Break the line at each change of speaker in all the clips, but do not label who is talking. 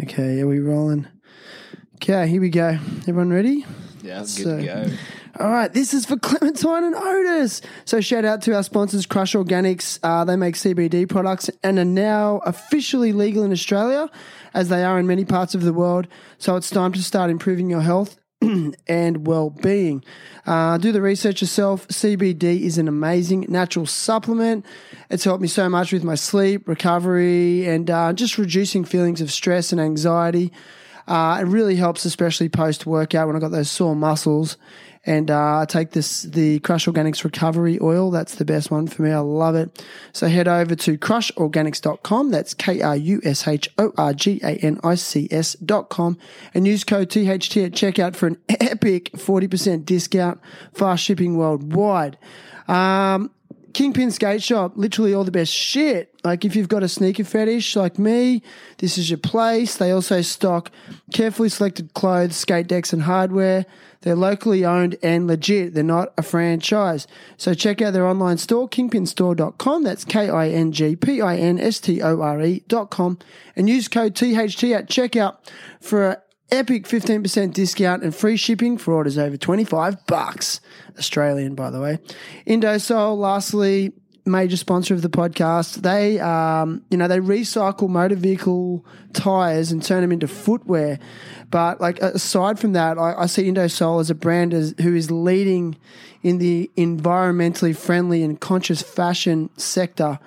Okay, are we rolling? Okay, here we go. Everyone ready?
Yeah, that's
So-
good to go.
All right, this is for Clementine and Otis. So shout out to our sponsors, Crush Organics. Uh, they make CBD products and are now officially legal in Australia, as they are in many parts of the world. So it's time to start improving your health and well-being. Uh, do the research yourself. CBD is an amazing natural supplement. It's helped me so much with my sleep, recovery, and uh, just reducing feelings of stress and anxiety. Uh, it really helps, especially post workout when I got those sore muscles. And uh, I take this the Crush Organics Recovery Oil. That's the best one for me. I love it. So head over to crushorganics.com. That's K R U S H O R G A N I C S.com and use code THT at checkout for an epic 40% discount. Fast shipping worldwide. Um, Kingpin Skate Shop, literally all the best shit. Like if you've got a sneaker fetish like me, this is your place. They also stock carefully selected clothes, skate decks, and hardware. They're locally owned and legit. They're not a franchise. So check out their online store, kingpinstore.com. That's K I N G P I N S T O R E.com. And use code THT at checkout for an epic 15% discount and free shipping for orders over 25 bucks australian by the way indosol lastly major sponsor of the podcast they um, you know they recycle motor vehicle tires and turn them into footwear but like aside from that i, I see indosol as a brand as, who is leading in the environmentally friendly and conscious fashion sector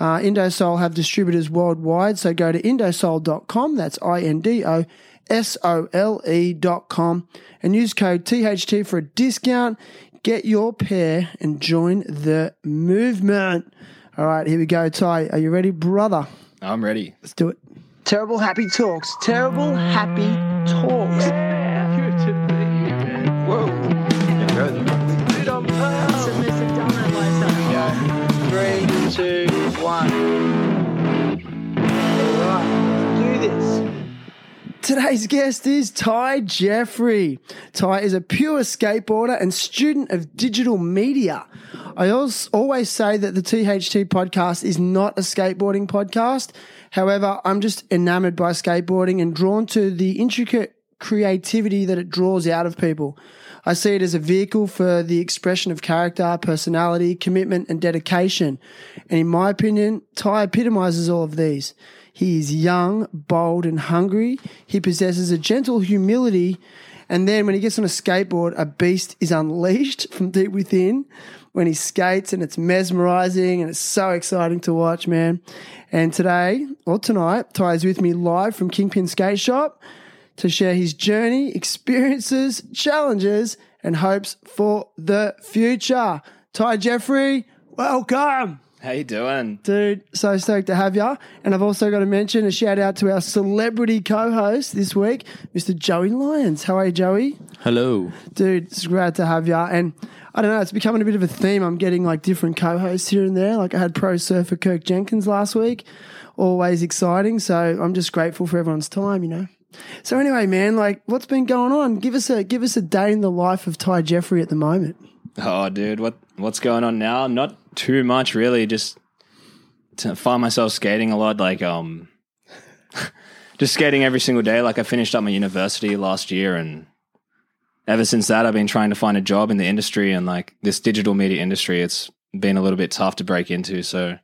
uh, Indosol have distributors worldwide, so go to indosol.com, that's I N D O S O L E.com, and use code THT for a discount. Get your pair and join the movement. All right, here we go, Ty. Are you ready, brother?
I'm ready.
Let's do it. Terrible happy talks. Terrible happy talks.
submissive dominant lifestyle.
Three, two, one. Alright, do this. Today's guest is Ty Jeffrey. Ty is a pure skateboarder and student of digital media. I als- always say that the THT podcast is not a skateboarding podcast. However, I'm just enamored by skateboarding and drawn to the intricate creativity that it draws out of people. I see it as a vehicle for the expression of character, personality, commitment, and dedication. And in my opinion, Ty epitomizes all of these. He is young, bold, and hungry. He possesses a gentle humility. And then when he gets on a skateboard, a beast is unleashed from deep within when he skates, and it's mesmerizing and it's so exciting to watch, man. And today, or tonight, Ty is with me live from Kingpin Skate Shop to share his journey, experiences, challenges, and hopes for the future. Ty Jeffrey, welcome,
How you doing?
dude. So stoked to have you. And I've also got to mention a shout out to our celebrity co-host this week, Mr. Joey Lyons. How are you, Joey?
Hello.
Dude, it's great to have you. And I don't know, it's becoming a bit of a theme. I'm getting like different co-hosts here and there. Like I had pro surfer Kirk Jenkins last week. Always exciting. So I'm just grateful for everyone's time, you know. So anyway, man, like what's been going on? Give us a give us a day in the life of Ty Jeffrey at the moment.
Oh, dude, what what's going on now? Not too much, really. Just to find myself skating a lot, like um, just skating every single day. Like I finished up my university last year, and ever since that, I've been trying to find a job in the industry and like this digital media industry. It's been a little bit tough to break into, so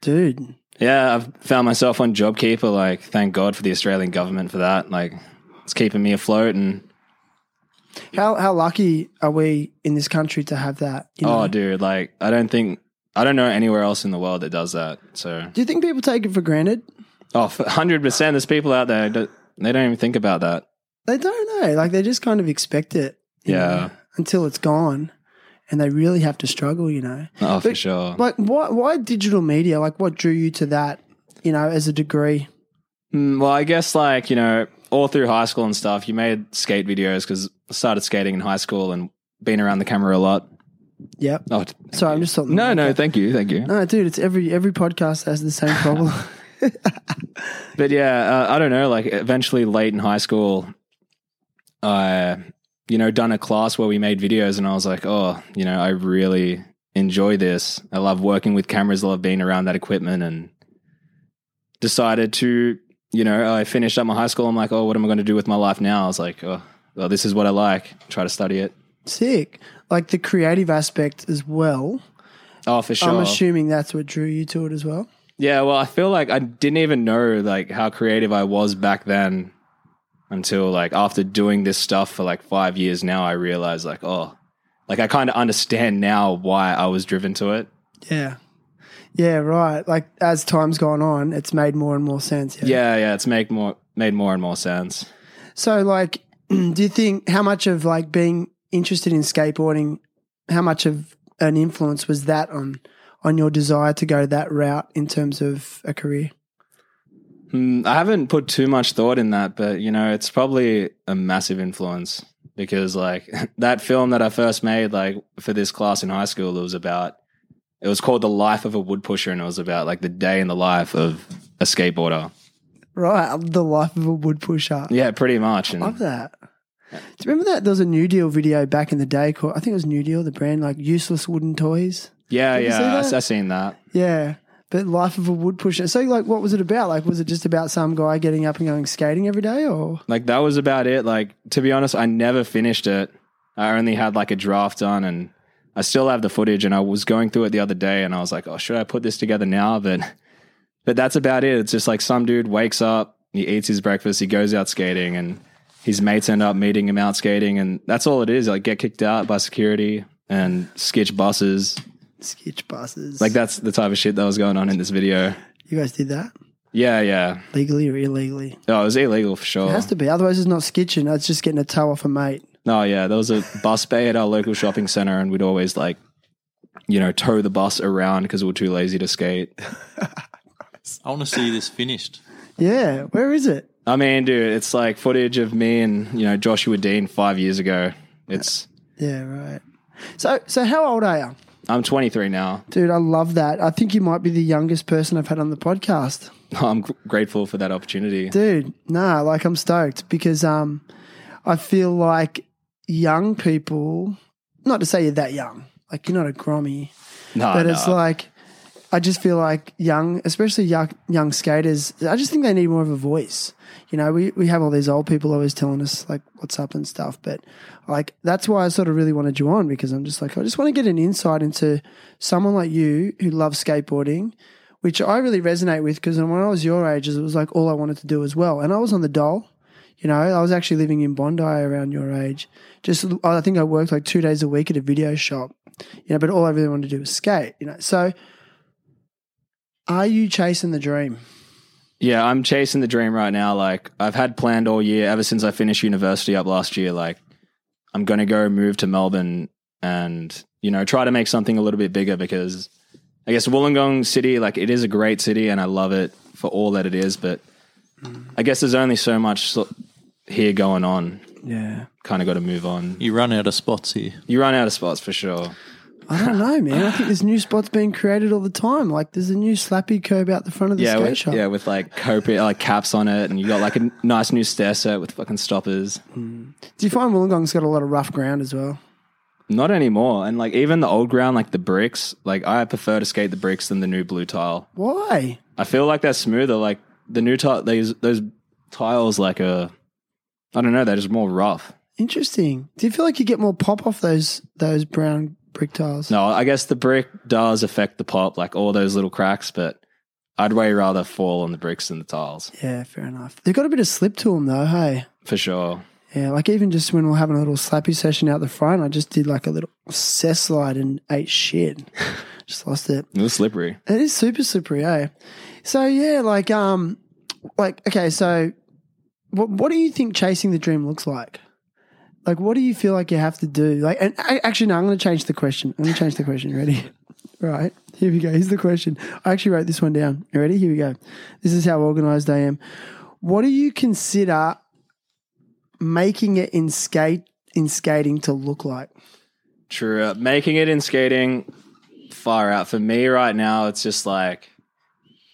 Dude.
Yeah, I've found myself on JobKeeper. Like, thank God for the Australian government for that. Like, it's keeping me afloat. And
How how lucky are we in this country to have that? You know?
oh, dude, like, I don't think I don't know anywhere else in the world that does that. So,
Do you think people take it for granted?
oh, hundred percent. There's people out there that they don't even think about that.
They don't know. Like they just kind of expect it. you
Yeah.
know, until it's gone. And they really have to struggle, you know.
Oh, for
But-
sure.
Like, why, why digital media? Like, what drew you to that, you know, as a degree?
Mm, well, I guess like you know, all through high school and stuff, you made skate videos because I started skating in high school and been around the camera a lot.
Yep.
Oh, t-
Sorry, I'm just talking.
no, no, thank you, thank you.
No, dude, it's every every podcast has the same problem.
But yeah, uh, I don't know. Like eventually, late in high school, I, you know, done a class where we made videos, and I was like, oh, you know, I really enjoy this. I love working with cameras. I love being around that equipment, and decided to you know, I finished up my high school. I'm like, oh, what am I going to do with my life now? I was like, oh, well, this is what I like. Try to study it.
Sick. Like the creative aspect as well.
Oh, for sure.
I'm assuming that's what drew you to it as well.
Yeah, well, I feel like I didn't even know like how creative I was back then until like after doing this stuff for like 5 years now I realized like oh like I kind of understand now why I was driven to it.
Yeah. Yeah, right. Like as time's gone on, it's made more and more sense.
Yeah, yeah, it's make more made more and more sense.
So, like, do you think how much of like being interested in skateboarding, how much of an influence was that on on your desire to go that route in terms of a career?
Mm, I haven't put too much thought in that, but you know, it's probably a massive influence because like that film that I first made like for this class in high school it was about it was called The Life of a Wood Pusher and it was about like the day in the life of a skateboarder.
Right, the life of a wood pusher.
Yeah, pretty much. And
Love that. Do you remember that there was a New Deal video back in the day called I think it was New Deal, the brand like useless wooden toys.
yeah,
Did you see
yeah, I,
that?
I seen that.
Yeah. But life of a wood pusher. So like what was it about? Like was it just about some guy getting up and going skating every day or
Like that was about it. Like to be honest, I never finished it. I only had like a draft done, and I still have the footage. And I was going through it the other day, and I was like, "Oh, should I put this together now?" But but that's about it. It's just like some dude wakes up, he eats his breakfast, he goes out skating, and his mates end up meeting him out skating, and that's all it is. Like get kicked out by security and skitch buses.
sketch buses?
Like that's the type of shit that was going on in this video.
You guys did that?
Yeah, yeah.
Legally or illegally?
Oh, it was illegal for
It
sure.
has to be. Otherwise, it's not skitching. That's just getting a toe off a mate.
No, yeah, there was a bus bay at our local shopping center, and we'd always like, you know, tow the bus around because we were too lazy to skate.
I want to see this finished.
Yeah. Where is it?
I mean, dude, it's like footage of me and you know Joshua Dean five years ago. It's
Yeah, right. So, so how old are you?
I'm 23 now.
Dude, I love that. I think you might be the youngest person I've had on the podcast.
I'm gr- grateful for that opportunity.
Dude, nah, like I'm stoked because um I feel like young people not to say you're that young, like you're not a grommy,
No,
but
no.
it's like I just feel like young, especially young, young skaters. I just think they need more of a voice. You know, we, we have all these old people always telling us like what's up and stuff, but like that's why I sort of really wanted you on because I'm just like I just want to get an insight into someone like you who loves skateboarding, which I really resonate with because when I was your age, it was like all I wanted to do as well, and I was on the dole. You know, I was actually living in Bondi around your age. Just, I think I worked like two days a week at a video shop you know, but all I really wanted to do was skate, you know. So are you chasing the dream?
yeah, I'm chasing the dream right now. Like I've had planned all year, ever since I finished university up last year. Like I'm gonna go move to Melbourne and you know try to make something a little bit bigger because I guess Wollongong City, like it is a great city and I love it for all that it is, but I guess there's only so much so- here going on.
Yeah.
Kind of got to move on.
You run out of spots here.
You run out of spots for sure.
I don't know, man. I think there's new spots being created all the time. Like there's a new slappy curb out the front of the
Yeah,
skate
with,
shop.
yeah, with like copi- like caps on it, and you got like a nice new stair set with fucking stoppers.
Do you find Wollongong's got a lot of rough ground as well?
Not anymore. And like even the old ground, like the bricks, like I prefer to skate the bricks than the new blue tile.
Why?
I feel like they're smoother. Like the new tile, these those tiles, like a, I don't know, they're just more rough.
Interesting. Do you feel like you get more pop off those those brown brick tiles?
No, I guess the brick does affect the pop, like all those little cracks. But I'd way rather fall on the bricks than the tiles
Yeah, fair enough. They've got a bit of slip to them though, hey?
for sure.
Yeah, like even just when we we're having a little slappy session out the front, I just did like a little cess slide and ate shit. just lost it.
It was slippery.
It is super slippery, eh? So yeah, like um, like okay, so what what do you think chasing the dream looks like? Like, what do you feel like you have to do? Like, and I, actually, no, I'm going to change the question. I'm going to change the question. Ready? right here we go. Here's the question. I actually wrote this one down. You ready? Here we go. This is how organized I am. What do you consider making it in skate in skating to look like?
True. Uh, Making it in skating far out. For me right now, it's just like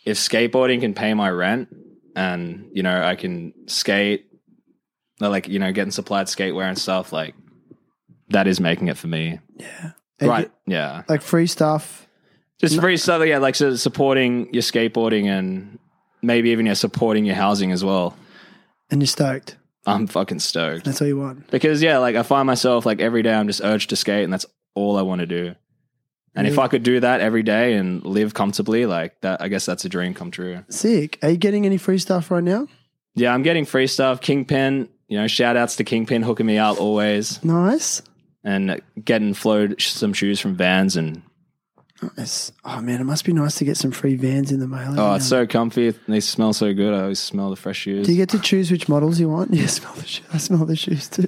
if skateboarding can pay my rent and, you know, I can skate, uh, like, you know, getting supplied skatewear and stuff, like that is making it for me. Right. Yeah.
Like free stuff.
Just free stuff. Yeah. Like so supporting your skateboarding and maybe even you're supporting your housing as well.
and you're stoked.
I'm fucking stoked
That's all you want.
because yeah, like I find myself like every day I'm just urged to skate, and that's all I want to do. And if I could do that every day and live comfortably, like that, I guess that's a dream come true.
Sick. Are you getting any free stuff right now?
Yeah, I'm getting free stuff. Kingpin, you know, shout outs to Kingpin hooking me out always
Nice.
and getting flowed sh- some shoes from Vans. And
Nice. Oh man, it must be nice to get some free vans in the mail. every
oh,
now
it's
and-
so comfy. They smell so good. I always smell the fresh shoes.
Do you get to choose which models you want? Yeah, smell the shoes. I smell the shoes too.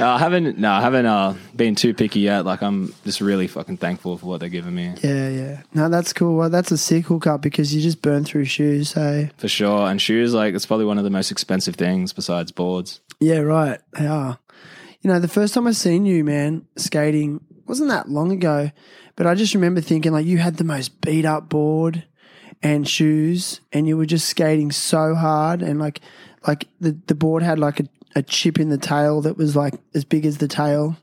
Uh, I haven't, no, I haven't uh, been too picky yet. Like, I'm just really fucking thankful for what they're giving me
Yeah, yeah. No, that's cool. Well, that's a sick hookup because you just burn through shoes. So
for sure. And shoes, like, it's probably one of the most expensive things besides boards.
yeah, right. They are. You know, the first time I seen you, man, skating wasn't that long ago, but I just remember thinking like you had the most beat up board and shoes, and you were just skating so hard, and like, like the the board had like a, a chip in the tail that was like as big as the tail,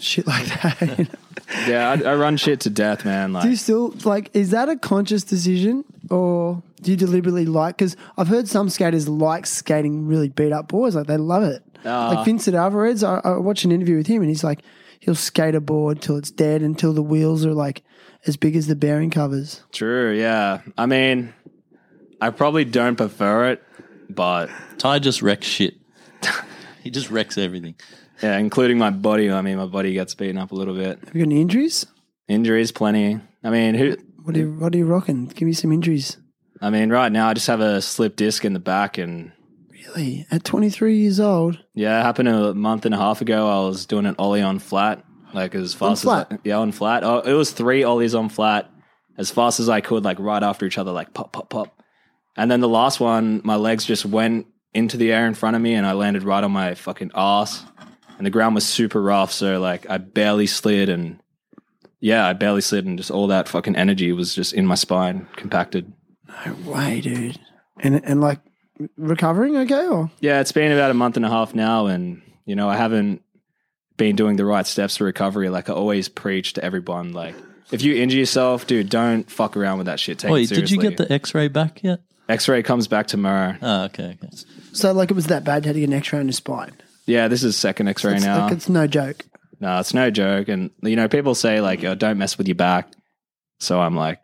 shit like that. you know?
Yeah, I, I run shit to death, man. Like,
Do you still like? Is that a conscious decision, or do you deliberately like? Because I've heard some skaters like skating really beat up boards, like they love it.
Ah.
like Vincent Alvarez, I, I watched an interview with him, and he's like, he'll skate a board till it's dead, until the wheels are like as big as the bearing covers.
true. Yeah. I mean, I probably don't prefer it, but
Ty just wrecks shit. he just wrecks everything.
yeah, including my body. I mean, my body gets beaten up a little bit.
Have you got any injuries?
Injuries, plenty. I mean, who?
What are you, what are you rocking? Give me some injuries.
I mean, right now I just have a slip disc in the back, and
Really, at 23 years old,
yeah, it happened a month and a half ago. I was doing an ollie on flat, like as fast
flat?
as I, yeah on flat. Oh, it was three ollies on flat, as fast as I could, like right after each other, like pop, pop, pop. And then the last one, my legs just went into the air in front of me, and I landed right on my fucking ass. And the ground was super rough, so like I barely slid, and yeah, I barely slid, and just all that fucking energy was just in my spine, compacted.
no way, dude. And and like recovering, okay, or
Yeah, it's been about a month and a half now, and you know, I haven't been doing the right steps to recovery. Like I always preach to everyone, like if you injure yourself, dude, don't fuck around with that shit. Take
Wait,
it seriously.
did you get the X-ray back yet?
X-ray comes back tomorrow.
Oh, okay, okay.
so like it was that bad. You had to get an X-ray on your spine.
Yeah, this is second X-ray
It's
now.
like it's no joke.
no, it's no joke. And you know, people say like, oh, "Don't mess with your back," so I'm like,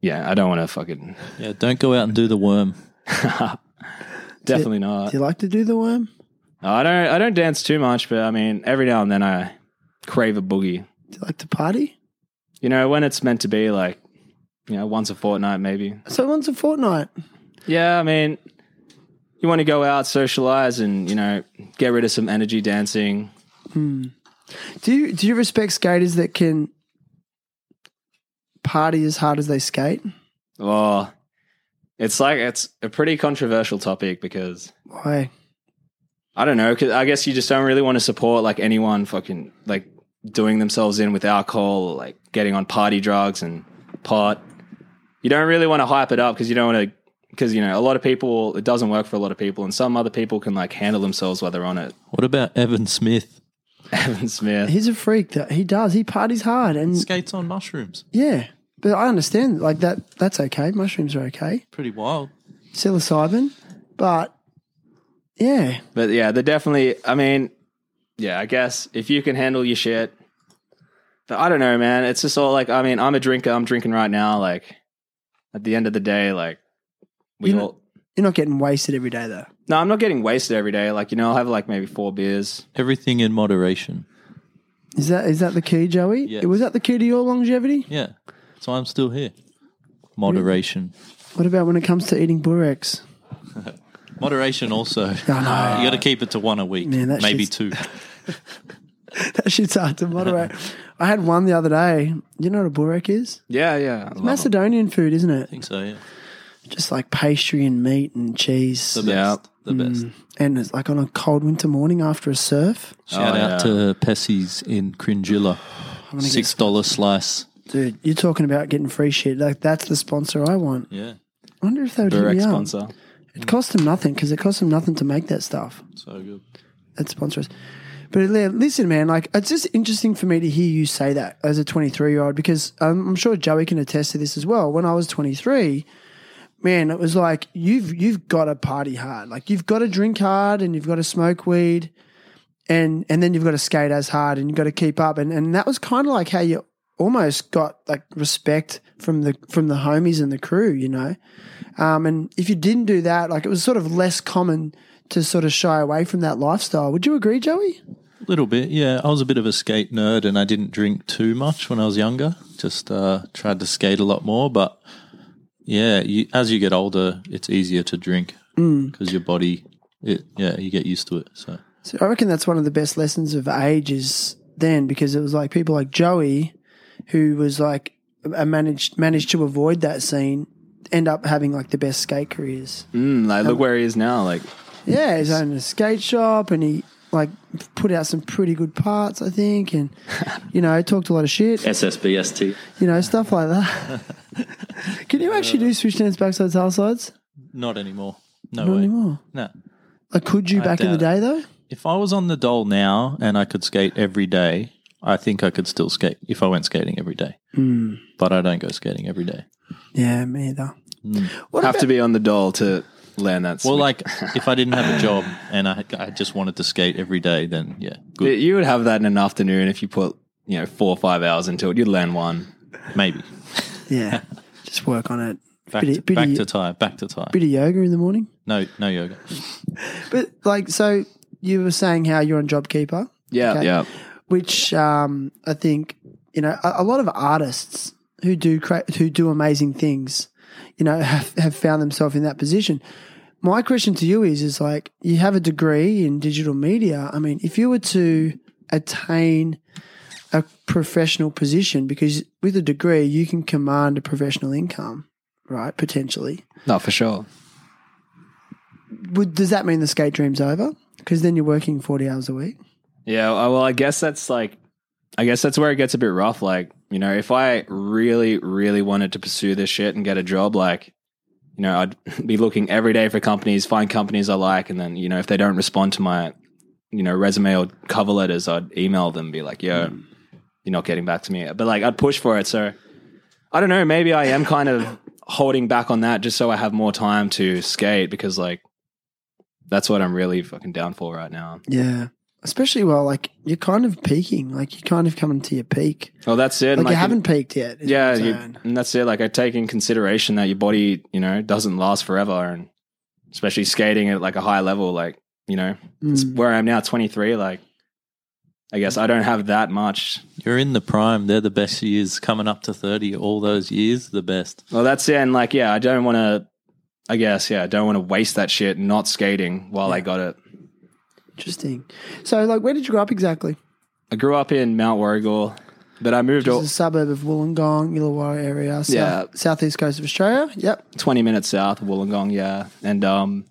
yeah, I don't want to fucking
Yeah, don't go out and do the worm.
definitely not.
Do you like to do the worm?
I don't. I don't dance too much, but I mean, every now and then I crave a boogie.
Do you like to party?
You know, when it's meant to be like, you know, once a fortnight maybe.
So once a fortnight.
Yeah, I mean, you want to go out, socialize, and, you know, get rid of some energy dancing.
Do you do you respect skaters that can party as hard as they skate?
Well, it's like, it's a pretty controversial topic because
Why?
I don't know, 'cause I guess you just don't really want to support like anyone fucking like doing themselves in with alcohol or like getting on party drugs and pot. You don't really want to hype it up because you don't want to, because, you know, a lot of people, it doesn't work for a lot of people, and some other people can like handle themselves while they're on it.
What about Evan Smith?
Evan Smith.
He's a freak that he does. He parties hard and
Skates on mushrooms.
yeah. But I understand like that that's okay. Mushrooms are okay.
Pretty wild.
Psilocybin. But yeah.
But yeah, they're definitely. I mean, yeah, I guess if you can handle your shit. But I don't know, man. It's just all like, I mean, I'm a drinker. I'm drinking right now. Like, at the end of the day, like, we
You know-
all.
You're not getting wasted every day though.
no, I'm not getting wasted every day. Like, you know, I'll have like maybe four beers.
Everything in moderation.
Is that is that the key, Joey?
Yes.
Was that the key to your longevity?
Yeah. So I'm still here. Moderation.
What about when it comes to eating Burex?
Moderation also. you got to keep it to one a week,
Man, that
maybe
shit's-
two.
That shit's hard to moderate. I had one the other day. You know what a burek is?
Yeah, yeah. I love 'em.
Macedonian food, isn't
I
it?
think so, yeah.
Just like pastry and meat and cheese.
The
Yeah. Oh,
best. The best.
Mm. And it's like on a cold winter morning after a surf.
Shout
Oh,
out
yeah.
to Pessy's in Cringilla. Six dollar slice.
Dude, you're talking about getting free shit. Like, that's the sponsor I want.
Yeah.
I wonder if they would hit
Direct
me up.
sponsor.
It cost them nothing because it cost them nothing to make that stuff.
So good.
That sponsor us. But li- listen, man, like it's just interesting for me to hear you say that as a 23 year old because um, I'm sure Joey can attest to this as well. When I was 23, man, it was like you've you've got to party hard. Like you've got to drink hard and you've got to smoke weed and and then you've got to skate as hard and you've got to keep up. And and that was kind of like how you almost got like respect from the from the homies and the crew, you know. Um, and if you didn't do that, like it was sort of less common to sort of shy away from that lifestyle. Would you agree, Joey?
little bit, yeah. I was a bit of a skate nerd, and I didn't drink too much when I was younger. Just uh, tried to skate a lot more, but yeah, you, as you get older, it's easier to drink
Mm.
because your body, it, yeah, you get used to it. So
So I reckon that's one of the best lessons of age is then because it was like people like Joey, who was like uh, managed managed to avoid that scene, end up having like the best skate careers.
Mm, like, look where he is now. Like,
Yeah, he's owned a skate shop and he like put out some pretty good parts, I think, and you know talked a lot of shit,
SSBST.
you know stuff like that. Can you actually do switchstands, backsides, tail sides?
not anymore. No
Not
way.
anymore.
No.
Like, could you back in the
doubt
day though?
If I was on the dole now and I could skate every day, I think I could still skate if I went skating every day.
Mm.
But I don't go skating every day.
Yeah, me either.
Hmm.
What
have
about-
to be on the doll to land that.
Well,
switch.
like if I didn't have a job and I, I just wanted to skate every day, then yeah,
You-
good,
you would have that in an afternoon if you put you know four or five hours into it. You'd land one.
maybe.
yeah, just work on it.
Back,
Bit
to,
of- bit of-
back to Thai, back to Thai.
bit of yoga in the morning.
No, no yoga.
But like, so you were saying how you're on JobKeeper,
Yeah,
Okay.
yeah.
which um, I think you know a, a lot of artists who do cra- who do amazing things, you know, have, have found themselves in that position. My question to you is: is like you have a degree in digital media. I mean, if you were to attain a professional position, because with a degree you can command a professional income, right? Potentially,
No, for sure.
would does that mean the skate dream's over? Because then you're working forty hours a week.
Yeah, uh, well, I guess that's like, I guess that's where it gets a bit rough. Like, you know, if I really, really wanted to pursue this shit and get a job, like, you know, I'd be looking every day for companies, find companies I like, and then, you know, if they don't respond to my, you know, resume or cover letters, I'd email them, be like, yo,
Hmm.
you're not getting back to me. But like, I'd push for it. So I don't know. Maybe I am kind of holding back on that just so I have more time to skate because, like, that's what I'm really fucking down for right now.
Yeah. Especially well, like you're kind of peaking, like you're kind of coming to your peak.
Well, that's it.
Like, you
it-
haven't peaked yet. is
yeah,
what I'm
you,
saying.
and that's it. Like I take in consideration that your body, you know, doesn't last forever, and especially skating at like a high level, like you know, it's
Mm.
where I am now, twenty three. Like, I guess I don't have that much.
You're in the prime. They're the best years coming up to 30. All those years, the best.
Well, that's it. And like, yeah, I don't want to. I guess, yeah, I don't want to waste that shit not skating while I got it.
Interesting. So, like, where did you grow up exactly?
I grew up in Mount Warrigal, but I moved
It's
all,
a suburb of Wollongong, Illawarra area, south,
Yeah.
southeast coast of Australia. Yep.
20 minutes south of Wollongong, yeah. And um,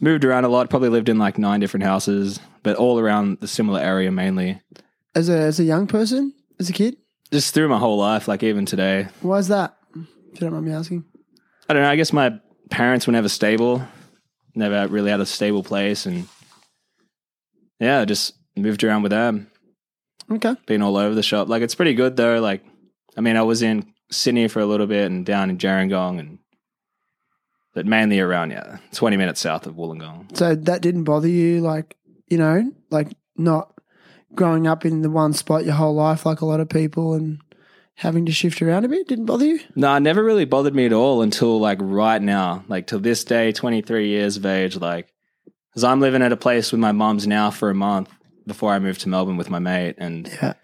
moved around a lot, probably lived in like nine different houses, but all around the similar area mainly.
As a as a young person, as a kid,
Just through my whole life, like even today.
why is that? If you don't mind me asking.
I don't know, I guess my parents were never stable, never really had a stable place. And yeah, just moved around with them,
Okay.
been all over the shop. Like it's pretty good though. Like, I mean, I was in Sydney for a little bit and down in Gerringong and. But mainly around, yeah, 20 minutes south of Wollongong.
So that didn't bother you, like you know, like not growing up in the one spot your whole life, like a lot of people, and having to shift around a bit didn't bother you.
No, it never really bothered me at all until like right now, like till this day, 23 years of age, like, because I'm living at a place with my mum's now for a month before I moved to Melbourne with my mate. And
Yeah.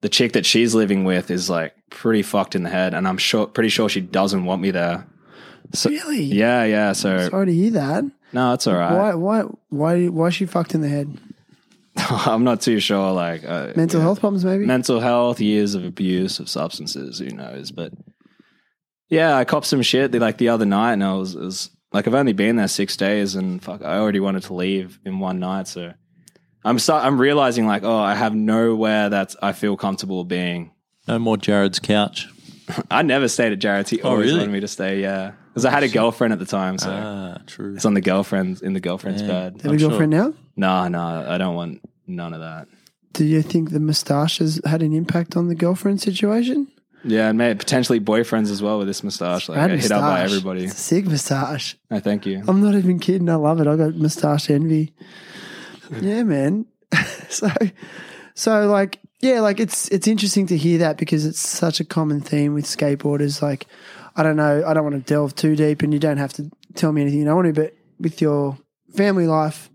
the chick that she's living with is like pretty fucked in the head. And I'm sure, pretty sure she doesn't want me there.
Really?
Yeah, yeah. So,
Sorry to hear that.
no, it's all
Why?
right.
Why? Why? Why is she fucked in the head?
I'm not too sure. Like, uh,
Mental health problems, maybe.
mental health, years of abuse of substances, who knows? But yeah, I copped some shit the- like the other night, and I was, it was like, I've only been there six days, and fuck, I already wanted to leave in one night. So I'm start, I'm realizing like, oh, I have nowhere that I feel comfortable being.
No more Jared's couch.
I never stayed at Jared's. He always
Oh, really?
wanted me to stay. Yeah, because I had a girlfriend at the time, so
Ah, true.
it's on the girlfriend's in the girlfriend's
Yeah.
bed.
Have a
I'm sure.
girlfriend now?
No, no, I don't want none of that.
Do you think the moustache has had an impact on the girlfriend situation?
Yeah, and mate, potentially boyfriends as well with this moustache. Like, I
Bad
get hit up by
moustache.
everybody.
It's a sick moustache.
No, thank you.
I'm not even kidding. I love it. I got moustache envy. Yeah, man. so, so like, yeah, like it's it's interesting to hear that because it's such a common theme with skateboarders. Like, I don't know. I don't want to delve too deep, and you don't have to tell me anything you don't want to. But with your family life,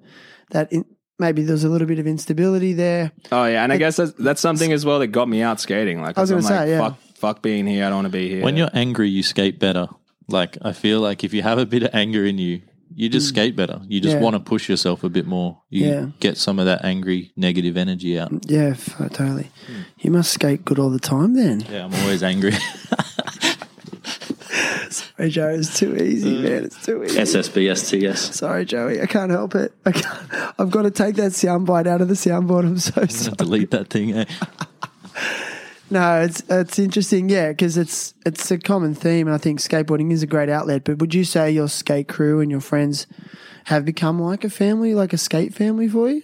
that in, maybe there's a little bit of instability there.
Oh yeah, and I guess that's, that's something as well that got me out skating. Like,
I was
I'm
gonna say,
like,
yeah.
fuck, fuck being here. I don't want to be here.
When you're angry, you skate better. Like I feel like if you have a bit of anger in you, you just skate better. You just
Mm. Yeah.
want to push yourself a bit more. You
Yeah.
get some of that angry, negative energy out.
Yeah, f- totally. You must skate good all the time then.
Yeah, I'm always angry.
Hey, Joe, it's too easy, man. It's too easy.
SSBSTS.
Sorry, Joey. I can't help it. I can't. I've got to take that soundbite out of the soundboard. I'm so sorry.
Delete that thing. eh?
No, it's it's interesting, yeah, because it's it's a common theme, and I think skateboarding is a great outlet. But would you say your skate crew and your friends have become like a family, like a skate family for you?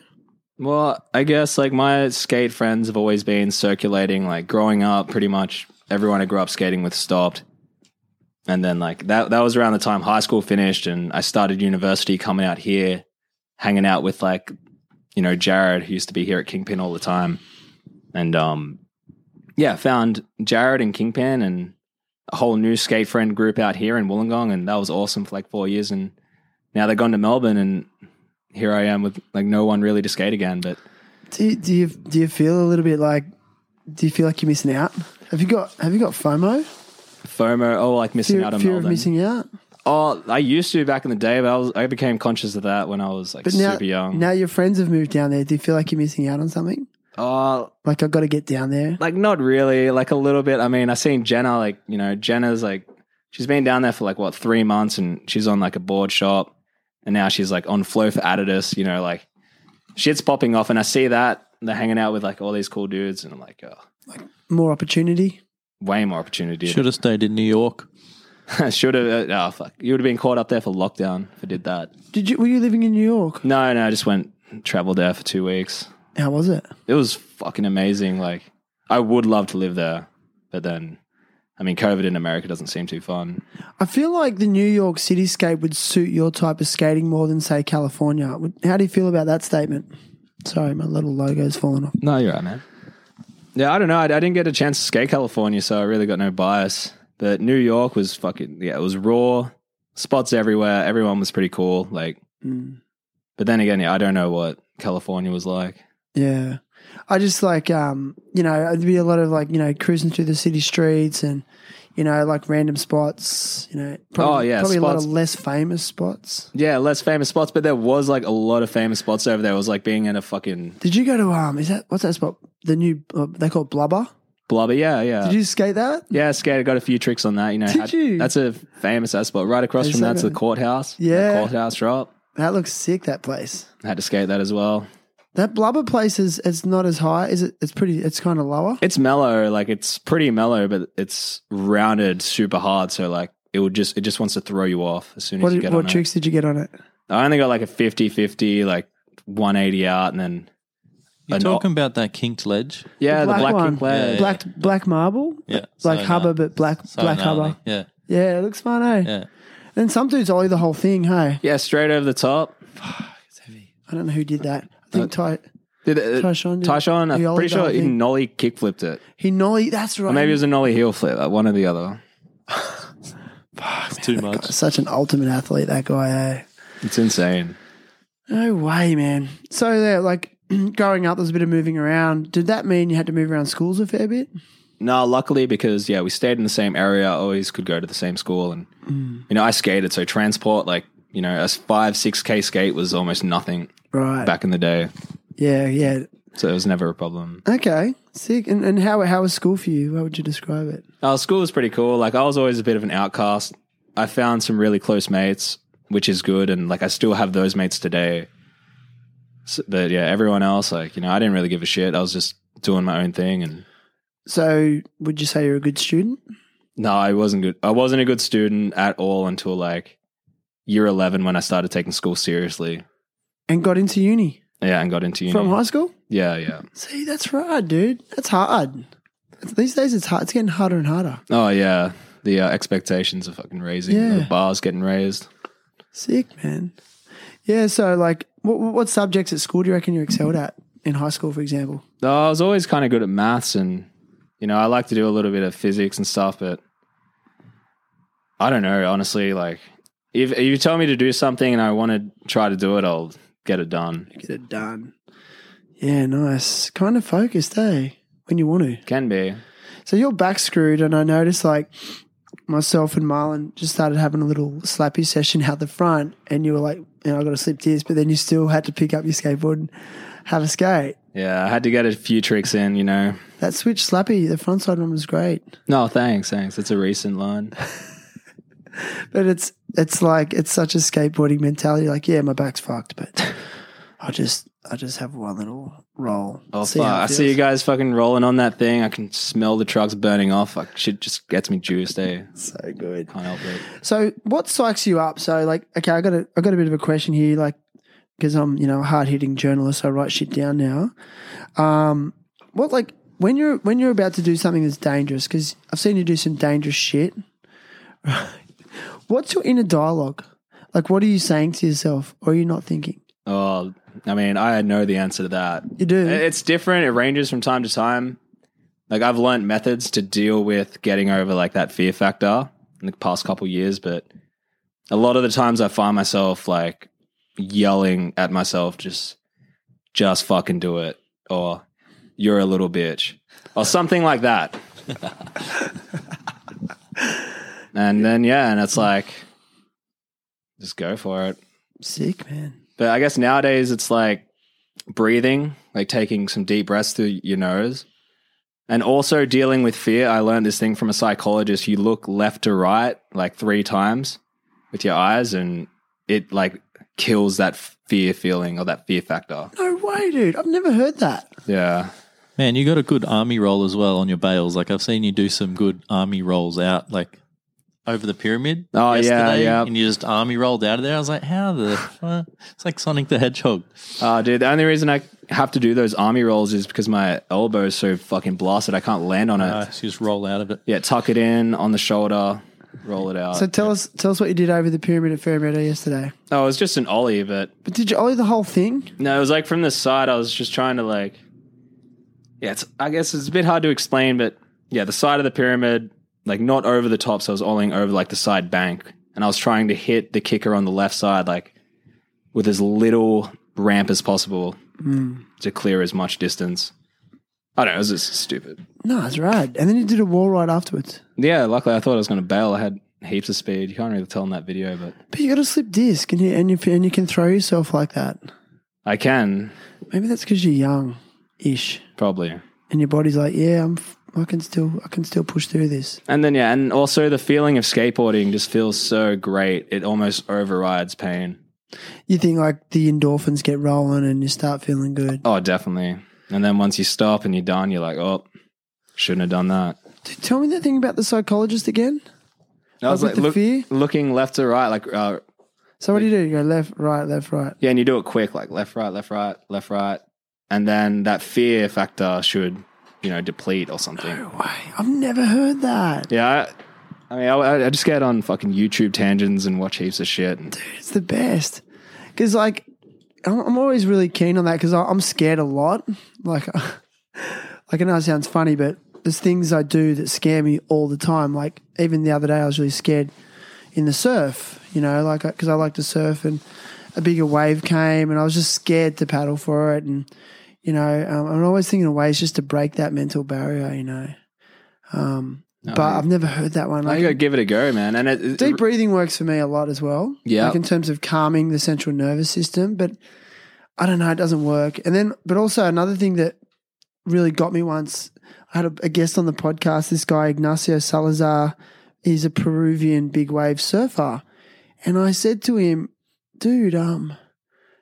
Well, I guess like my skate friends have always been circulating. Like growing up, pretty much everyone I grew up skating with stopped, and then like that that was around the time high school finished, and I started university, coming out here, hanging out with like you know Jared, who used to be here at Kingpin all the time, and um, yeah, found Jared and Kingpin and a whole new skate friend group out here in Wollongong, and that was awesome for like four years, and now they've gone to Melbourne and here I am with like no one really to skate again. But
Do do you do you feel a little bit like? Do you feel like you're missing out? Have you got Have you got FOMO?
FOMO, oh, like missing
Fear,
out on
fear of
Melbourne.
missing out.
oh, I used to back in the day, but I, was, I became conscious of that when I was like
But now,
super young.
now your friends have moved down there. Do you feel like you're missing out on something?
oh,
Like I've got to get down there.
like not really, like a little bit. I mean, I seen Jenna, like you know, Jenna's like she's been down there for like what three months, and she's on like a board shop, and now she's like on flow for Adidas. You know, like shit's popping off, and I see that they're hanging out with like all these cool dudes, and I'm like, oh,
More opportunity.
way more opportunity.
Should have stayed in New York.
Should have. Oh fuck, you would have been caught up there for lockdown if I did that.
Did you were you living in New York?
No, no, I just went traveled there for two weeks.
How was it?
It was fucking amazing. Like I would love to live there, but then I mean, COVID in America doesn't seem too fun.
I feel like the New York cityscape would suit your type of skating more than say California. Would- How do you feel about that statement? Sorry, my little logo's fallen off.
No, you're right, man. Yeah, I don't know. I, I didn't get a chance to skate California, so I really got no bias. But New York was fucking yeah, it was raw. Spots everywhere. Everyone was pretty cool. Like,
Mm.
but then again, yeah, I don't know what California was like.
Yeah. I just like um, you know, there'd be a lot of like, you know, cruising through the city streets and you know, like random spots, you know, probably,
Oh, yeah,
probably a lot of
spots.
less famous spots.
Yeah, less famous spots, but there was like a lot of famous spots over there. It was like being in a fucking
Did you go to um is that what's that spot? The new uh, they call it Blubber?
blubber. Yeah, yeah.
Did you skate that?
Yeah, skate. I got a few tricks on that. You know,
Did
had-
you?
that's a famous ass spot right across
Is
from
that
that's the
a-
courthouse. the
Yeah.
courthouse drop.
That looks sick that place.
I had to skate that as well.
That blubber place is it's not as high, is it? It's pretty. It's kind of lower.
It's mellow, like it's pretty mellow, but it's rounded super hard. So like it would just it just wants to throw you off as soon as
What,
you
did-
get
what
on
tricks did you get on it?
it. I only got like a 50-50, like one eighty out, and then
You're
An o-
talking about that kinked ledge.
yeah, the black,
one.
king player.
Yeah.
black black marble,
Yeah,
like
so uh,
hubba,
gnarly.
but black
So
black
gnarly.
hubba.
Yeah,
Yeah, it looks fun, eh?
yeah.
Then some dudes ollie the whole thing. Hey,
Yeah, straight over the top.
I don't know who did that. I think
Uh,
Ty
Did it,
Tyshawn did it.
Tyshawn,
He
I'm
ollied
pretty
the
sure
whole
he
thing.
nollie kick flipped it.
he nollie. That's right.
Or maybe it was a nollie heel flip, like one or the other.
It's too much.
such an ultimate athlete that guy. Eh?
It's insane.
No way, man. So there, like growing up, there was a bit of moving around. Did that mean you had to move around schools a fair bit?
No, luckily because yeah, we stayed in the same area. Always could go to the same school, and you know I skated, so transport like you know a five six k skate was almost nothing
Right.
back in the day,
Yeah, yeah.
so it was never a problem.
Okay, sick. And and how how was school for you? How would you describe it?
Uh, school was pretty cool. Like I was always a bit of an outcast. I found some really close mates, which is good, and like I still have those mates today. S but yeah, everyone else, like you know, I didn't really give a shit. I was just doing my own thing, and
So, would you say you're a good student?
No, I wasn't good. I wasn't a good student at all until like year 11 when I started taking school seriously.
And got into uni
Yeah, and got into uni.
from high school?
yeah, yeah.
See, that's right, dude. That's hard. These days it's hard. It's getting harder and harder.
Oh yeah, the uh, expectations are fucking raising.
Yeah.
The bars getting raised.
Sick man. Yeah. So like, what, what subjects at school do you reckon you excelled at in high school, for example?
Though I was always kind of good at maths, and you know I like to do a little bit of physics and stuff, but I don't know. Honestly, like if, if you tell me to do something and I want to try to do it, I'll get it done.
Get it done. Yeah, nice. Kind of focused, eh? When you want to.
Can be.
So you're back screwed, and I noticed like myself and Marlon just started having a little slappy session out the front, and you were like, you know, I got to slip this, but then you still had to pick up your skateboard and have a skate.
Yeah, I had to get a few tricks in. You know.
That switch slappy, the front side one was great,
No, thanks, thanks. It's a recent line.
but it's it's like it's such a skateboarding mentality. Like, yeah, my back's fucked, but I just I just have one little roll.
Oh
See
fuck!
how it
I see
feels.
you guys fucking rolling on that thing. I can smell the trucks burning off. Like shit, just gets me juiced. Eh?
So good.
Can't help it.
So what psychs you up? So like, okay, I got a, I got a bit of a question here, like, because I'm you know a hard hitting journalist, I write shit down now. Um, what like when you're when you're about to do something that's dangerous? Because I've seen you do some dangerous shit. What's your inner dialogue? Like, what are you saying to yourself, or are you not thinking?
Oh, I mean, I know the answer to that.
You do.
It's different. Uh, It ranges from time to time. Like I've learned methods to deal with getting over like that fear factor in the past couple years, but a lot of the times I find myself like yelling at myself, just just fucking do it, or you're a little bitch, or something like that. and then yeah, and it's like just go for it.
Sick man.
But I guess nowadays it's like breathing, like taking some deep breaths through your nose. And also dealing with fear. I learned this thing from a psychologist. You look left to right like three times with your eyes, and it like kills that fear feeling or that fear factor.
No way, dude. I've never heard that.
Yeah.
Man, you got a good army roll as well on your bales. Like I've seen you do some good army rolls out, like over the pyramid.
Oh, yeah, yeah.
And you just army rolled out of there. I was like, how the? fuck? It's like Sonic the Hedgehog.
Uh, dude, the only reason I have to do those army rolls is because my elbow is so fucking blasted. I can't land on it.
Uh, so you just roll out of it.
yeah, tuck it in on the shoulder, roll it out.
So tell us tell us what you did over the pyramid at Fairmeadow yesterday.
oh, it's just an ollie, but
But did you ollie the whole thing?
No, it was like from the side. I was just trying to like, yeah. It's I guess it's a bit hard to explain, but yeah, the side of the pyramid, like not over the top. So I was oiling over like the side bank, and I was trying to hit the kicker on the left side, like with as little ramp as possible to clear as much distance. I don't know. It was just stupid.
No, it's right. And then you did a wall ride afterwards.
Yeah, luckily I thought I was going to bail. I had heaps of speed. You can't really tell in that video, but
But you got a slip disc, and you and you, and you can throw yourself like that.
I can
Maybe that's because you're young-ish,
probably.
and your body's like, yeah, I'm, f- I can still, I can still push through this.
And then yeah, and also the feeling of skateboarding just feels so great. It almost overrides pain.
You think like the endorphins get rolling, and you start feeling good.
Oh, definitely. And then once you stop and you're done, you're like, oh, shouldn't have done that.
Dude, tell me that thing about the psychologist again.
I was
Up with
like,
the
look,
fear?
looking left to right, like, uh,
So what do you do? You go left, right, left, right.
yeah, and you do it quick, like left, right, left, right, left, right, and then that fear factor should, you know, deplete or something.
Wait, I've never heard that.
Yeah, I, I mean, I, I just get on fucking YouTube tangents and watch heaps of shit. And,
It's the best. Because, like, I'm, I'm always really keen on that because I'm scared a lot. Like, like, I know it sounds funny, but there's things I do that scare me all the time. Like, even the other day, I was really scared in the surf, you know, like, because I like to surf and a bigger wave came and I was just scared to paddle for it. And, you know, um, I'm always thinking of ways just to break that mental barrier, you know. Um, but I've never heard that one.
I
Like,
gotta give it a go, man. And it, it-
Deep breathing works for me a lot as well.
Yeah.
Like in terms of calming the central nervous system, but I don't know, it doesn't work. And then, but also another thing that really got me once, I had a, a guest on the podcast, this guy, Ignacio Salazar, is a Peruvian big wave surfer. And I said to him, dude, um,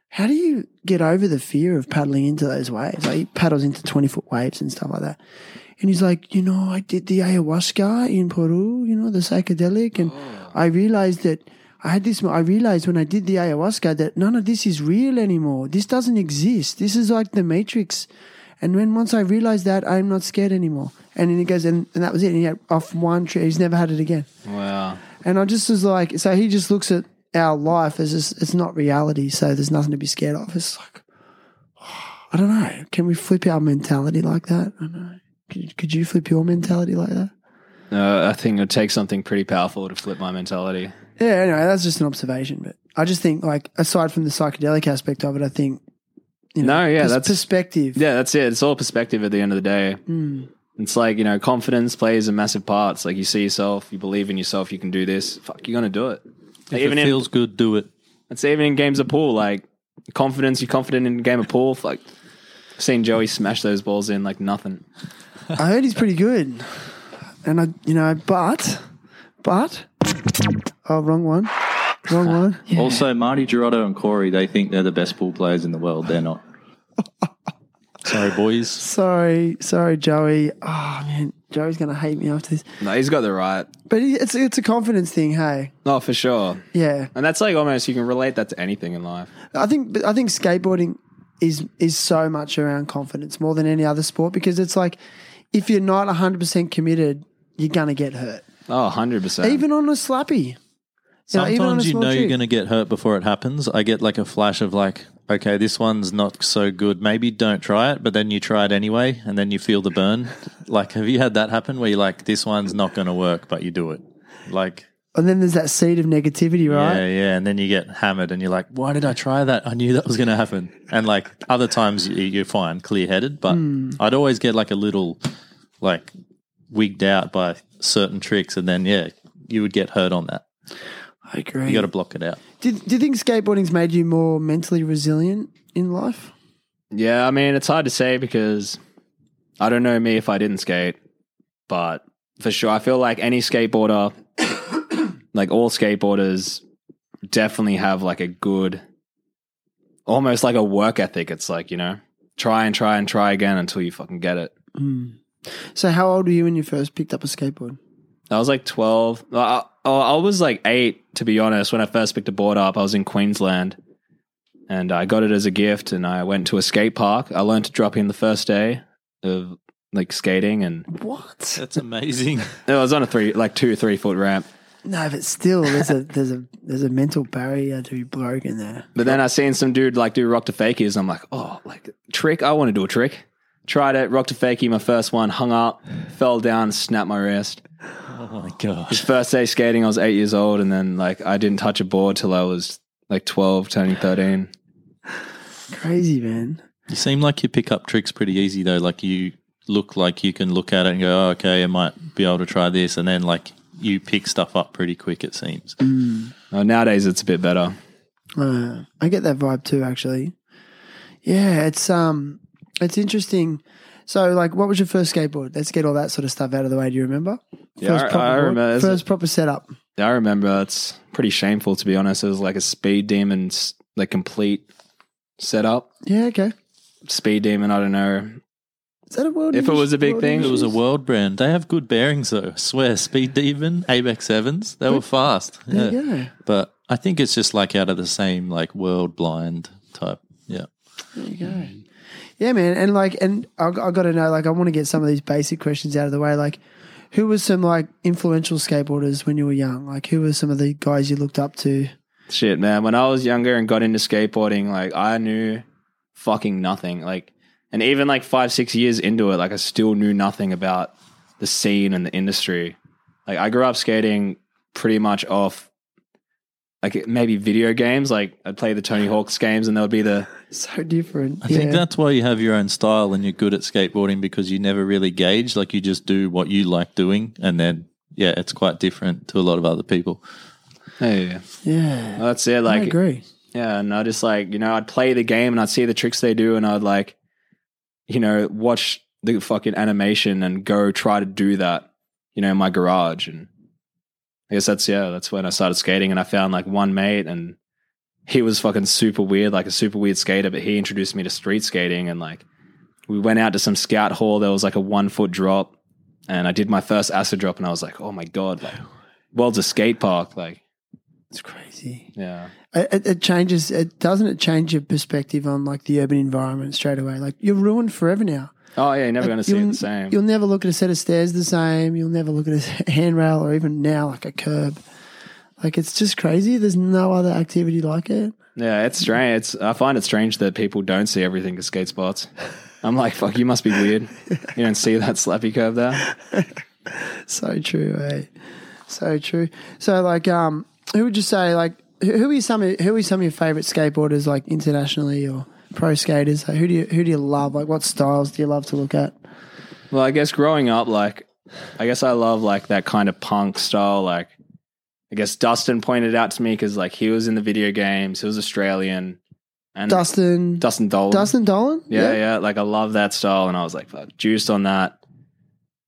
how do you get over the fear of paddling into those waves? Like he paddles into 20 foot waves and stuff like that. And he's like, you know, I did the ayahuasca in Peru, you know, the psychedelic. And I realized that I had this, I realized when I did the ayahuasca that none of this is real anymore. This doesn't exist. This is like the matrix. And when once I realized that, I'm not scared anymore. And then he goes, and, and that was it. And he had off one tree. He's never had it again.
Wow.
And I just was like, so he just looks at our life as just, it's not reality. So there's nothing to be scared of. It's like, I don't know. Can we flip our mentality like that? I don't know. Could, could you flip your mentality like that?
No, uh, I think it would take something pretty powerful to flip my mentality.
Yeah, anyway, that's just an observation. But I just think, like, aside from the psychedelic aspect of it, I think, you know,
No, yeah,
pers-
that's-
perspective.
Yeah, that's it. It's all perspective at the end of the day. It's like, you know, confidence plays a massive part. It's like you see yourself, you believe in yourself, you can do this. Fuck, you're going to do it.
If
even
it
in,
feels good, do it.
it's even in games of pool, like confidence, you're confident in a game of pool. Like, I've seen Joey smash those balls in like nothing.
I heard he's pretty good. And I, you know, but, but, oh, wrong one. Wrong one.
Also, Marty Gerardo and Corey, they think they're the best pool players in the world. They're not.
Sorry, boys.
Sorry, sorry, Joey. Oh, man, Joey's going to hate me after this.
No, he's got the right.
But he- it's, it's a confidence thing, hey?
Oh, for sure.
Yeah.
And that's like almost, you can relate that to anything in life.
I think but I think skateboarding is is so much around confidence more than any other sport because it's like if you're not 100% committed, you're going to get hurt.
Oh, 100%.
Even on a slappy. You know, even on a
Sometimes you
small
know you're
jig.
going to get hurt before it happens. I get like a flash of like, okay, this one's not so good. Maybe don't try it, but then you try it anyway, and then you feel the burn. like, have you had that happen where you're like, this one's not going to work, but you do it? Like,
And then there's that seed of negativity, right?
yeah, yeah. And then you get hammered, and you're like, why did I try that? I knew that was going to happen. And like other times, you- you're fine, clear headed, but
Hmm.
I'd always get like a little like wigged out by certain tricks, and then yeah, you would get hurt on that.
I agree.
You got to block it out.
do, do you think skateboarding's made you more mentally resilient in life?
Yeah, I mean, it's hard to say because I don't know me if I didn't skate, but for sure, I feel like any skateboarder, like all skateboarders, definitely have like a good, almost like a work ethic. It's like, you know, try and try and try again until you fucking get it.
Hmm.
So how old were you when you first picked up a skateboard?
I was like 12. I, I I was like eight, to be honest, when I first picked a board up. I was in Queensland and I got it as a gift and I went to a skate park. I learned to drop in the first day of like skating and
What?
That's amazing.
it was on a three, like two, three foot ramp.
No, but still there's a there's a there's a mental barrier to be broken there.
But then I seen some dude like do rock to fakies and I'm like, oh, like trick. I want to do a trick. Tried it, rock to fakie, my first one, hung up, fell down, snapped my wrist.
Oh my gosh.
First day skating, I was eight years old, and then like I didn't touch a board till I was like twelve, turning thirteen.
Crazy, man.
You seem like you pick up tricks pretty easy though. Like you look like you can look at it and go, oh, okay, I might be able to try this. And then like you pick stuff up pretty quick, it seems.
Uh, nowadays, it's a bit better.
Uh, I get that vibe too, actually. Yeah, it's um, it's interesting. So, like, what was your first skateboard? Let's get all that sort of stuff out of the way. Do you remember?
Yeah, I- I
board,
remember.
First proper setup.
I remember it's pretty shameful to be honest. It was like a speed demon's like complete setup.
Yeah, okay.
Speed demon, I don't know.
Is that a world?
If it was a big
world
thing,
It
image?
was a world brand. They have good bearings though. I swear, Speed Demon, Apex Sevens, they were fast.
There
Yeah.
you go.
But I think it's just like out of the same like world blind type. Yeah.
There you go. Yeah, man. And like, and I, I got to know. Like, I want to get some of these basic questions out of the way. Like, who was some like influential skateboarders when you were young? Like, who were some of the guys you looked up to?
Shit, man. When I was younger and got into skateboarding, like I knew fucking nothing. Like, and even like five, six years into it, like I still knew nothing about the scene and the industry. Like I grew up skating pretty much off like maybe video games. Like I'd play the Tony Hawk's games and there would be the
So different.
I think that's why you have your own style and you're good at skateboarding because you never really gauge. Like you just do what you like doing. And then, yeah, it's quite different to a lot of other people.
Hey.
Yeah.
That's it. Like
I agree.
Yeah, and I just like you know I'd play the game and I'd see the tricks they do, and I'd like, you know, watch the fucking animation and go try to do that, you know, in my garage. And I guess that's yeah, that's when I started skating, and I found like one mate, and he was fucking super weird, like a super weird skater, but he introduced me to street skating, and like we went out to some scout hall. There was like a one foot drop, and I did my first acid drop, and I was like, oh my god, like world's a skate park, like
It's crazy.
yeah.
It, it- it changes. It doesn't. It change your perspective on like the urban environment straight away. Like you're ruined forever now.
Oh yeah, you're never going to see it
you'll,
the same.
you'll never look at a set of stairs the same. You'll never look at a handrail or even now like a curb. Like it's just crazy. There's no other activity like it.
Yeah, it's strange. It's I find it strange that people don't see everything as skate spots. I'm like, fuck, you must be weird. You don't see that slappy curve there.
So true, eh? So true. So like, um, who would you say like who who are some of, who are some of your favorite skateboarders like internationally or pro skaters? Like, who do you who do you love? Like, what styles do you love to look at?
Well, I guess growing up, like, I guess I love like that kind of punk style. Like, I guess Dustin pointed out to me because like he was in the video games. He was Australian. And
Dustin.
Dustin Dolan.
Dustin Dolan.
Yeah, yeah, Like I love that style, and I was like, fuck, juiced on that.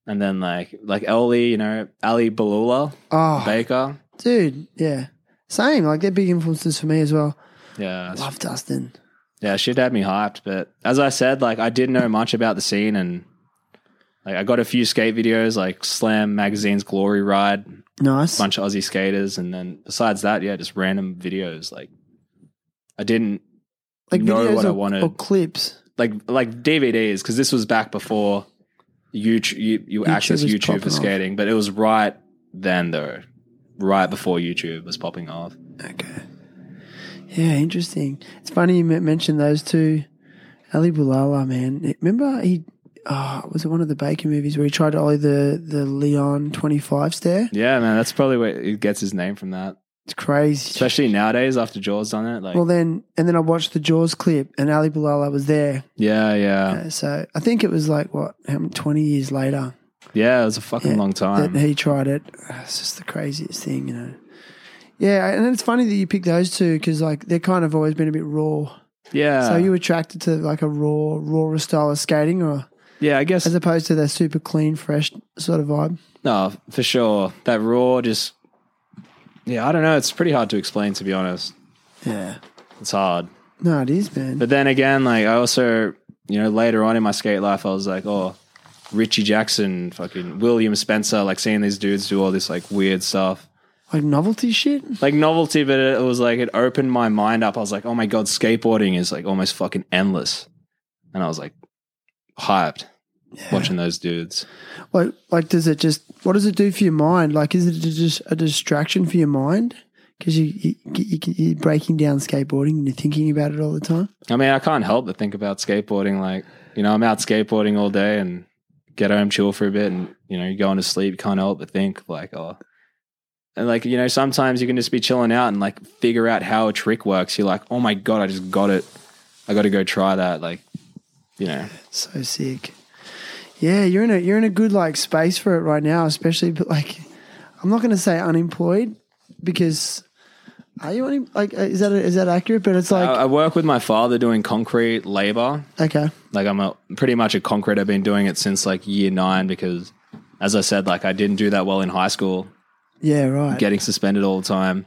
And then like like Ellie, you know, Ali Balula
Oh,
Baker.
dude. Yeah. Same. Like they're big influences for me as well.
Yeah, that's-
Love Dustin.
yeah, she'd had me hyped. But as I said, like I didn't know much about the scene, and like I got a few skate videos, like Slam Magazine's Glory Ride,
Nice.
bunch of Aussie skaters, and then besides that, yeah, just random videos. Like I didn't
Like
know
videos
what I
or,
wanted.
or clips.
like like DVDs because this was back before YouTube you, you
YouTube
access
was
YouTube for
popping off.
skating, but it was right then though, right before YouTube was popping off.
Okay. Yeah, interesting. It's funny you men- mentioned those two. Ali Bulala, man. It- Remember he? Oh, was it one of the Baker movies where he tried to ollie the the Leon twenty five stair?
Yeah, man, that's probably where it gets his name from that.
It's crazy.
Especially nowadays after Jaws done it, like
well, then and then I watched the Jaws clip, and Ali Bulala was there.
yeah, yeah,
Uh, so I think it was like what how many, twenty years later
yeah. It was a fucking
Yeah,
long
that
time.
he tried it. Uh, It's just the craziest thing, you know. Yeah, and it's funny that you picked those two because like they're kind of always been a bit raw.
yeah,
So you attracted to like a raw, rawer style of skating, or
yeah. I guess
as opposed to their super clean, fresh sort of vibe.
no, for sure. That raw, just yeah. I don't know. It's pretty hard to explain, to be honest.
Yeah.
It's hard.
No, it is, man.
But then again, like I also, you know, later on in my skate life, I was like, oh, Richie Jackson, fucking William Spencer, like seeing these dudes do all this like weird stuff,
like novelty shit.
like novelty, but it was like it opened my mind up. I was like, oh my god, skateboarding is like almost fucking endless, and I was like hyped watching those dudes.
Like, like, does it just? What does it do for your mind? Like, is it just a distraction for your mind? Because you, you, you you're breaking down skateboarding and you're thinking about it all the time.
I mean, I can't help but think about skateboarding. Like, you know, I'm out skateboarding all day and get home, chill for a bit, and you know, you're going to sleep. Can't help but think like, oh, and like you know, sometimes you can just be chilling out and like figure out how a trick works. You're like, oh my god, I just got it. I got to go try that. Like, you know,
So sick. Yeah, you're in a you're in a good like space for it right now, especially. But like, I'm not going to say unemployed because are you any like uh, is that is that accurate? But it's like
I, I work with my father doing concrete labor.
okay,
Like, I'm a pretty much a concrete. I've been doing it since like year nine because, as I said, like I didn't do that well in high school,
yeah, right.
getting suspended all the time,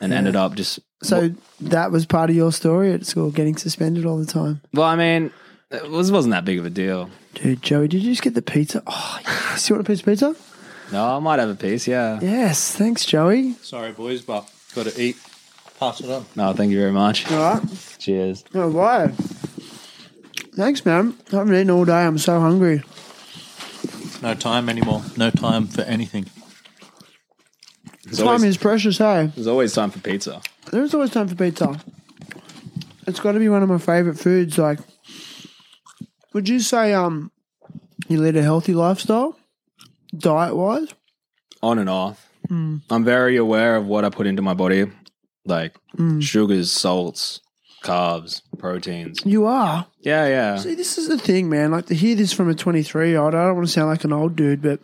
and ended up just
so that was part of your story at school, getting suspended all the time,
Well, I mean, it was, wasn't that big of a deal.
dude. Joey, did you just get the pizza? Oh, yes. you want a piece of pizza?
No, I might have a piece, yeah.
Yes, thanks, Joey.
Sorry, boys, but got to eat. Pass it on.
No, thank you very much.
All right.
Cheers.
Oh, wow. Thanks, man. I haven't eaten all day. I'm so hungry.
No time anymore. No time for anything.
There's
Time
always,
is precious, hey.
there's always time for pizza.
There's always time for pizza. It's got to be one of my favorite foods. Like, would you say um, you lead a healthy lifestyle, diet wise?
On and off. I'm very aware of what I put into my body like sugars, salts, carbs, proteins.
You are.
Yeah, yeah.
See, this is the thing, man. Like to hear this from a 23 year old, I don't want to sound like an old dude, but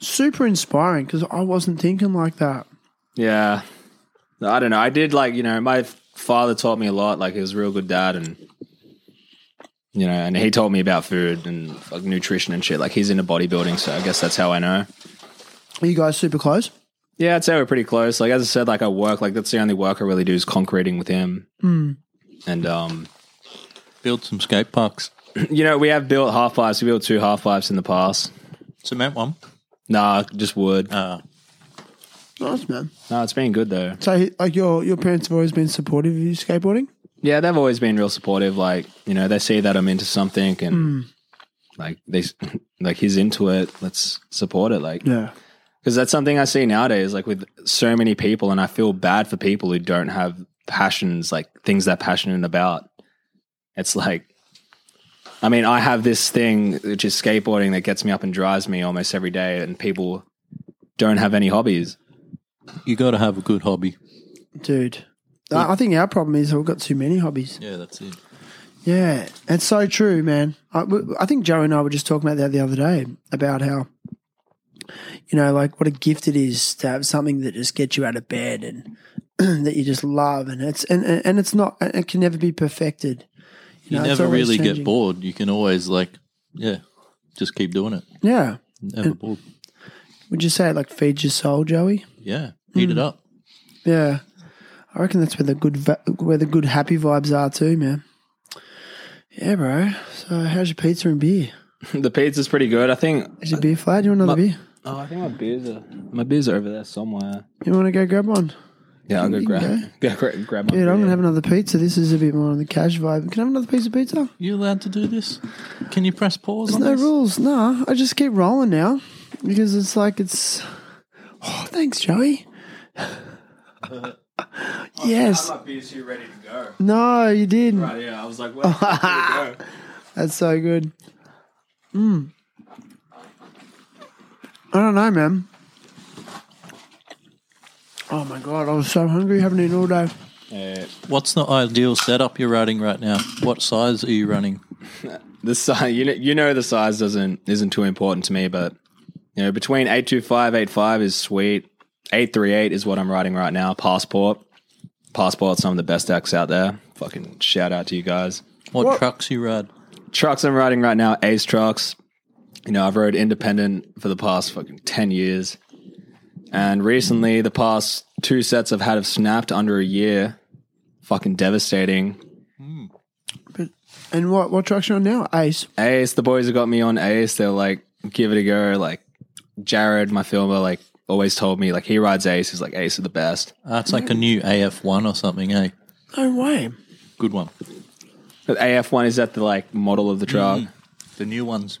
super inspiring because I wasn't thinking like that.
Yeah. I don't know. I did like, you know, my father taught me a lot. Like, he was a real good dad. And, you know, and he told me about food and like, nutrition and shit. Like, he's into bodybuilding. So I guess that's how I know.
Are you guys super close?
Yeah, I'd say we're pretty close. Like as I said, like I work, like that's the only work I really do is concreting with him. And um,
Build some skate parks.
you know, we have built half pipes. We built two half pipes in the past.
Cement one.
Nah, just wood.
Uh,
Nice, man.
No, it's been good though.
So, like, your your parents have always been supportive of you skateboarding.
Yeah, they've always been real supportive. Like you know, they see that I'm into something, and Like they, s- like he's into it. Let's support it. Like
Yeah.
because that's something I see nowadays. Like with so many people, and I feel bad for people who don't have passions, like things they're passionate about. It's like, I mean, I have this thing which is skateboarding that gets me up and drives me almost every day, and people don't have any hobbies.
You got to have a good hobby.
Dude. I I think our problem is we've got too many hobbies.
Yeah, that's it.
Yeah, it's so true, man. I, w- I think Joe and I were just talking about that the other day about how, you know, like what a gift it is to have something that just gets you out of bed and that you just love, and it's and and and it's not it can never be perfected.
You
know, it's
never
always
really
changing.
get bored. You can always like, yeah, just keep doing it.
Yeah,
Never bored.
would you say it like feeds your soul, Joey?
Yeah, eat
Mm.
it up.
Yeah, I reckon that's where the good va- where the good happy vibes are too, man. Yeah, bro. So how's your pizza and beer?
the pizza's pretty good. I think.
Is your beer flat? Do you want another beer?
Oh, I think my beers are my beers are over there somewhere.
You want to go grab one?
Yeah, I'll go
You
grab
can
go gra- grab my
Dude, I'm
beer.
gonna have another pizza. This is a bit more on the cash vibe. Can I have another piece of pizza?
You allowed to do this? Can you press pause
There's
on
no
this?
rules. Nah, I just keep rolling now because it's like it's. Oh, thanks, Joey. yes.
beers here ready to go.
No, you did. not
yeah, I was like, well,
That's so good. Mm. I don't know, man. Oh my god, I was so hungry. Haven't eaten all day.
What's the ideal setup you're running right now? What size are you running?
the size you know, you know the size doesn't isn't too important to me, but you know between 825, 85 is sweet. Eight three eight is what I'm riding right now. Passport, passport, some of the best decks out there. Fucking shout out to you guys.
What, trucks you ride?
Trucks I'm riding right now, Ace trucks. You know I've rode independent for the past fucking ten years, and recently the past two sets I've had have snapped under a year. Fucking devastating.
And what what truck's you on now? Ace.
Ace, the boys have got me on Ace. They're like, give it a go. Like Jared, my filmer, like always told me, like he rides Ace. He's like Ace is the best.
Ah, it's like a new AF1 or something, eh?
No way.
Good one.
But AF one is that the like model of the truck.
The new ones.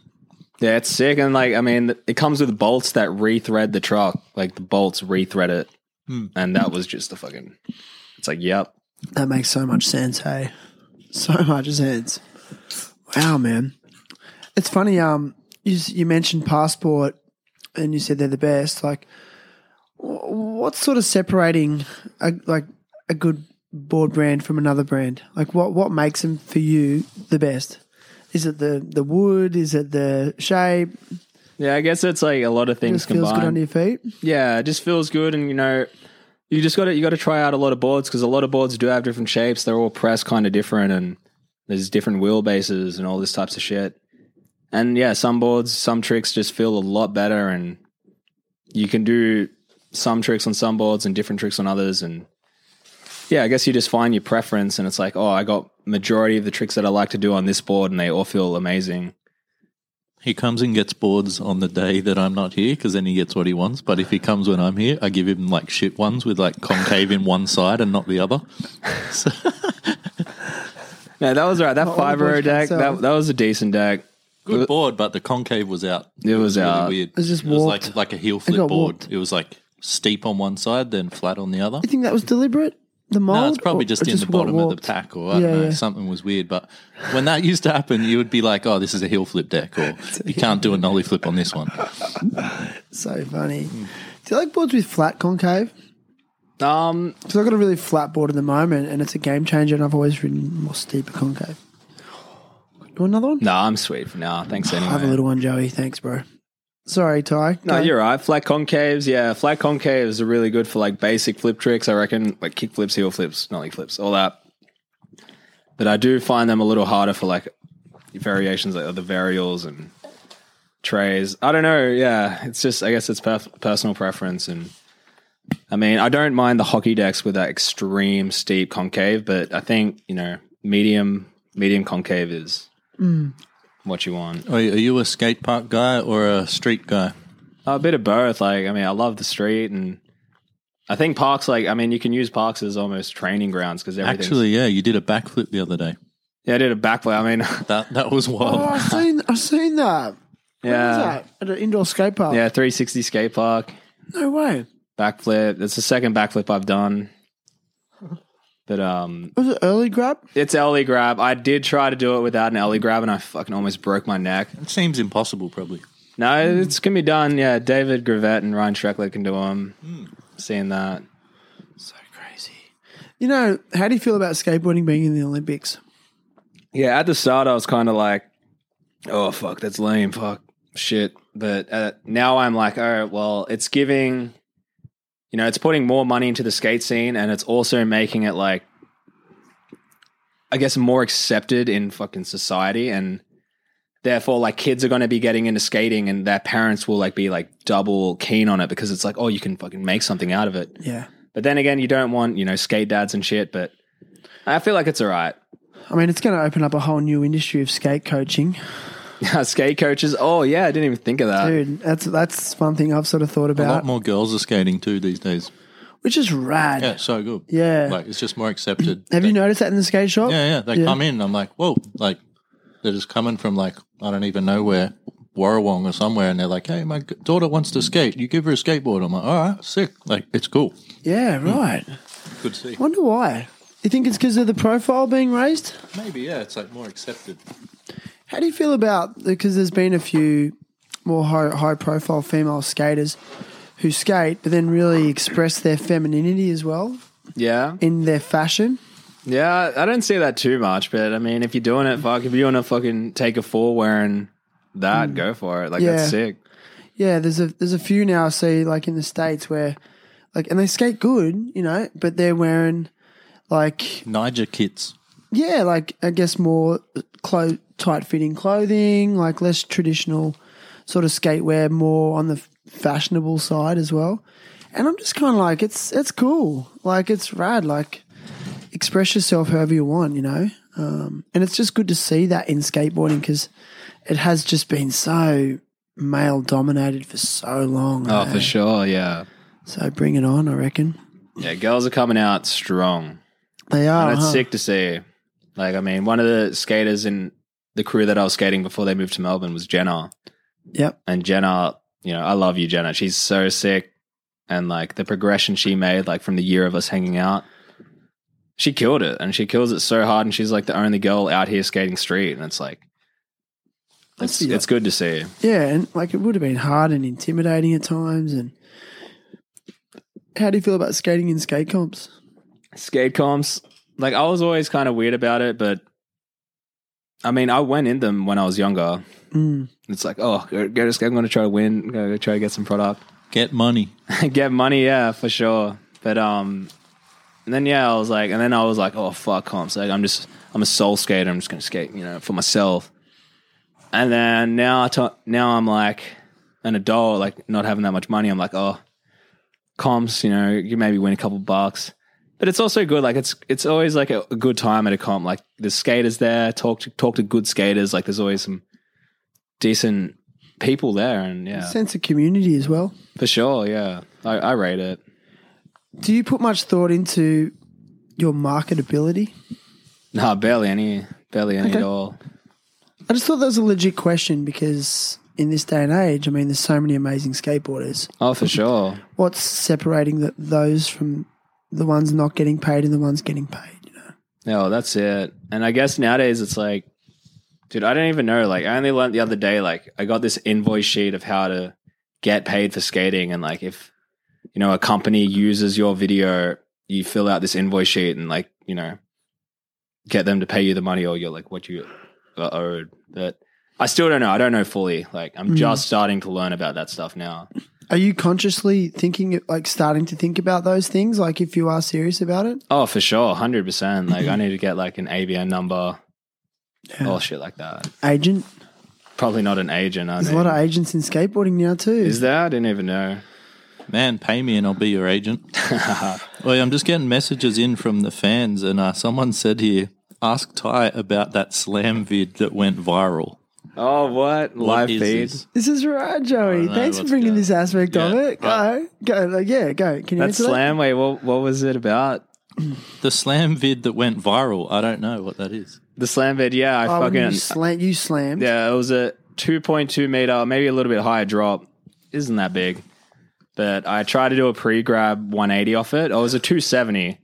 Yeah, it's sick. And like, I mean, it comes with bolts that rethread the truck. Like the bolts rethread it, and that was just the fucking. It's like, yep.
That makes so much sense, hey. So much sense. Wow, man. It's funny. Um, you, s- you mentioned passport, and you said they're the best. Like, wh- what's sort of separating a, like a good board brand from another brand? Like, what what makes them for you the best? Is it the the wood? Is it the shape?
Yeah, I guess it's like a lot of things
Just feels
combined.
good under your feet.
yeah, it just feels good, and you know, you just got to you got to try out a lot of boards because a lot of boards do have different shapes. They're all pressed kind of different, and there's different wheelbases and all this types of shit. And yeah, some boards, some tricks just feel a lot better, and you can do some tricks on some boards and different tricks on others. And yeah, I guess you just find your preference, and it's like, oh, I got majority of the tricks that I like to do on this board, and they all feel amazing.
He comes and gets boards on the day that I'm not here because then he gets what he wants. But if he comes when I'm here, I give him like shit ones with like concave in one side and not the other.
No, that was all right. That
all the
five row
boards
deck,
themselves.
that, that was a decent deck.
Good board, but the concave was out.
It was out.
weird. It
was just warped.
like like a heel flip
got
board.
warped.
It was like steep on one side, then flat on the other.
You think that was deliberate? The mold?
No, it's probably
Or-
just
or
in the
got
bottom of the
warped?
pack, or I
Yeah,
don't know,
yeah.
something was weird. But when that used to happen, you would be like, "Oh, this is a heel flip deck," or "You can't do a nollie flip on this one."
So funny.
Hmm.
Do you like boards with flat concave?
Um,
So I've got a really flat board at the moment, and it's a game changer. And I've always ridden more steeper concave. Do you want another one?
No, I'm sweet for now. Thanks anyway.
I have a little one, Joey. Thanks, bro. Sorry, Ty.
no,
Go.
you're right. Flat concaves, yeah. Flat concaves are really good for like basic flip tricks, I reckon. Like kick flips, heel flips, nollie flips, all that. But I do find them a little harder for like variations like the varials and trays. I don't know. Yeah, it's just I guess it's perf- personal preference and. I mean, I don't mind the hockey decks with that extreme steep concave, but I think you know medium medium concave is
Mm.
what you want.
Are you, are you a skate park guy or a street guy?
A bit of both. Like, I mean, I love the street, and I think parks. Like, I mean, you can use parks as almost training grounds because everything's
Actually, yeah, you did a backflip the other day.
Yeah, I did a backflip. I mean,
That that was wild.
Oh, I've seen, I've seen that. Where's
yeah,
that? At an indoor skate park.
yeah, 360 skate park
No way.
backflip. It's the second backflip I've done. But um,
Was it early grab?
it's Ellie grab. I did try to do it without an Ellie grab, and I fucking almost broke my neck.
It seems impossible, probably.
No, it's can be done. Yeah, David Gravett and Ryan Shrekler can do them. Seeing that,
So crazy. You know, how do you feel about skateboarding being in the Olympics?
yeah. At the start, I was kind of like, "Oh fuck, that's lame. Fuck, shit." But uh, now I'm like, "All right, well, it's giving." You know, it's putting more money into the skate scene, and it's also making it like, I guess, more accepted in fucking society, and therefore, like, kids are going to be getting into skating, and their parents will like be like double keen on it because it's like, oh, you can fucking make something out of it.
Yeah.
But then again, you don't want, you know, skate dads and shit, but I feel like it's all right.
I mean, it's going to open up a whole new industry of skate coaching.
skate coaches. Oh, yeah, I didn't even think of that.
Dude, that's that's one thing I've sort of thought
Uh, A lot
about,
more girls are skating too these days.
which is rad.
Yeah, so good.
Yeah.
like it's just more accepted.
Have you noticed that in the skate shop?
Yeah, yeah. They
Yeah.
come in. I'm like, whoa, like they're just coming from like I don't even know where, Warrawong or somewhere, and they're like, hey, my g- daughter wants to skate. You give her a skateboard. I'm like, all right, sick. Like it's cool.
Yeah, right.
Good to see.
Wonder why. You think it's because of the profile being raised?
Maybe yeah, it's like more accepted.
How do you feel about because there's been a few more high, high profile female skaters who skate, but then really express their femininity as well
Yeah.
in their fashion?
Yeah, I don't see that too much, but I mean, if you're doing it, fuck, if you want to fucking take a four wearing that, go for it. Like,
Mm. Yeah.
that's sick.
Yeah, there's a there's a few now I see like in the states where like and they skate good, you know, but they're wearing like
Niger kits.
yeah, like I guess more uh, clo- tight fitting clothing, like less traditional sort of skate wear, more on the f- fashionable side as well. And I'm just kind of like it's it's cool, like it's rad, like express yourself however you want, you know. Um, and it's just good to see that in skateboarding because it has just been so male dominated for so long.
Oh,
eh?
for sure. Yeah.
So bring it on, I reckon.
Yeah, girls are coming out strong.
They are.
And it's
huh?
sick to see. Like, I mean, one of the skaters in the crew that I was skating before they moved to Melbourne was Jenna.
Yep.
and Jenna, you know, I love you, Jenna. She's so sick. And like the progression she made, like from the year of us hanging out, she killed it and she kills it so hard. And she's like the only girl out here skating street. And it's like, it's,
see that.
it's good to see.
Yeah, and like it would have been hard and intimidating at times. And how do you feel about skating in skate comps?
Skate comps, like I was always kind of weird about it, but I mean, I went in them when I was younger.
Mm.
It's like, oh, go, go to skate. I'm going to try to win, go, go try to get some product.
Get money.
get money, yeah, for sure. But um, and then yeah, I was like, and then I was like, oh fuck comps, like I'm just I'm a soul skater. I'm just gonna skate, you know, for myself. And then now I t- now I'm like an adult, like not having that much money. I'm like, oh, comps, you know, you maybe win a couple bucks. But it's also good, like it's it's always like a, a good time at a comp. Like the skaters there, talk to talk to good skaters. Like there's always some decent people there, and yeah,
Sense of community as well.
for sure, yeah, I, I rate it.
Do you put much thought into your marketability?
No, barely any, barely any
Okay.
at all.
I just thought that was a legit question because in this day and age, I mean, there's so many amazing skateboarders.
Oh, for sure.
What's separating the, those from the ones not getting paid and the ones getting paid? You know?
No, that's it. And I guess nowadays it's like, dude, I don't even know. Like, I only learned the other day. Like, I got this invoice sheet of how to get paid for skating, and like, if you know a company uses your video, you fill out this invoice sheet and like, you know, get them to pay you the money, or you're like, what you got owed. But I still don't know. I don't know fully. Like, I'm just starting to learn about that stuff now.
Are you consciously thinking, like starting to think about those things? Like if you are serious about it?
Oh, for sure, hundred percent. Like I need to get like an ABN number,
Mm-hmm. Yeah.
or shit like that.
Agent?
Probably not an agent. I
There's a
mean.
lot of agents in skateboarding now too.
Is there? I didn't even know.
Man, pay me and I'll be your agent. well, I'm just getting messages in from the fans, and uh, someone said here, ask Ty about that slam vid that went viral.
Oh, what
What
live
is
feed?
this?
This is right,
Oh,
Joey.
know
Thanks for
what's
bringing
going-
this aspect of
Yeah,
it. Go,
right.
go, like, yeah, go. Can you
That
answer
slam. Wait, what? What was it about?
The slam vid that went viral. I don't know what that is.
The slam bed, yeah, I
Oh, when you
fucking
slam, you slammed.
yeah, it was a two point two meter, maybe a little bit higher drop. Isn't that big? But I tried to do a pre grab one eighty off it. Oh, it was a two seventy,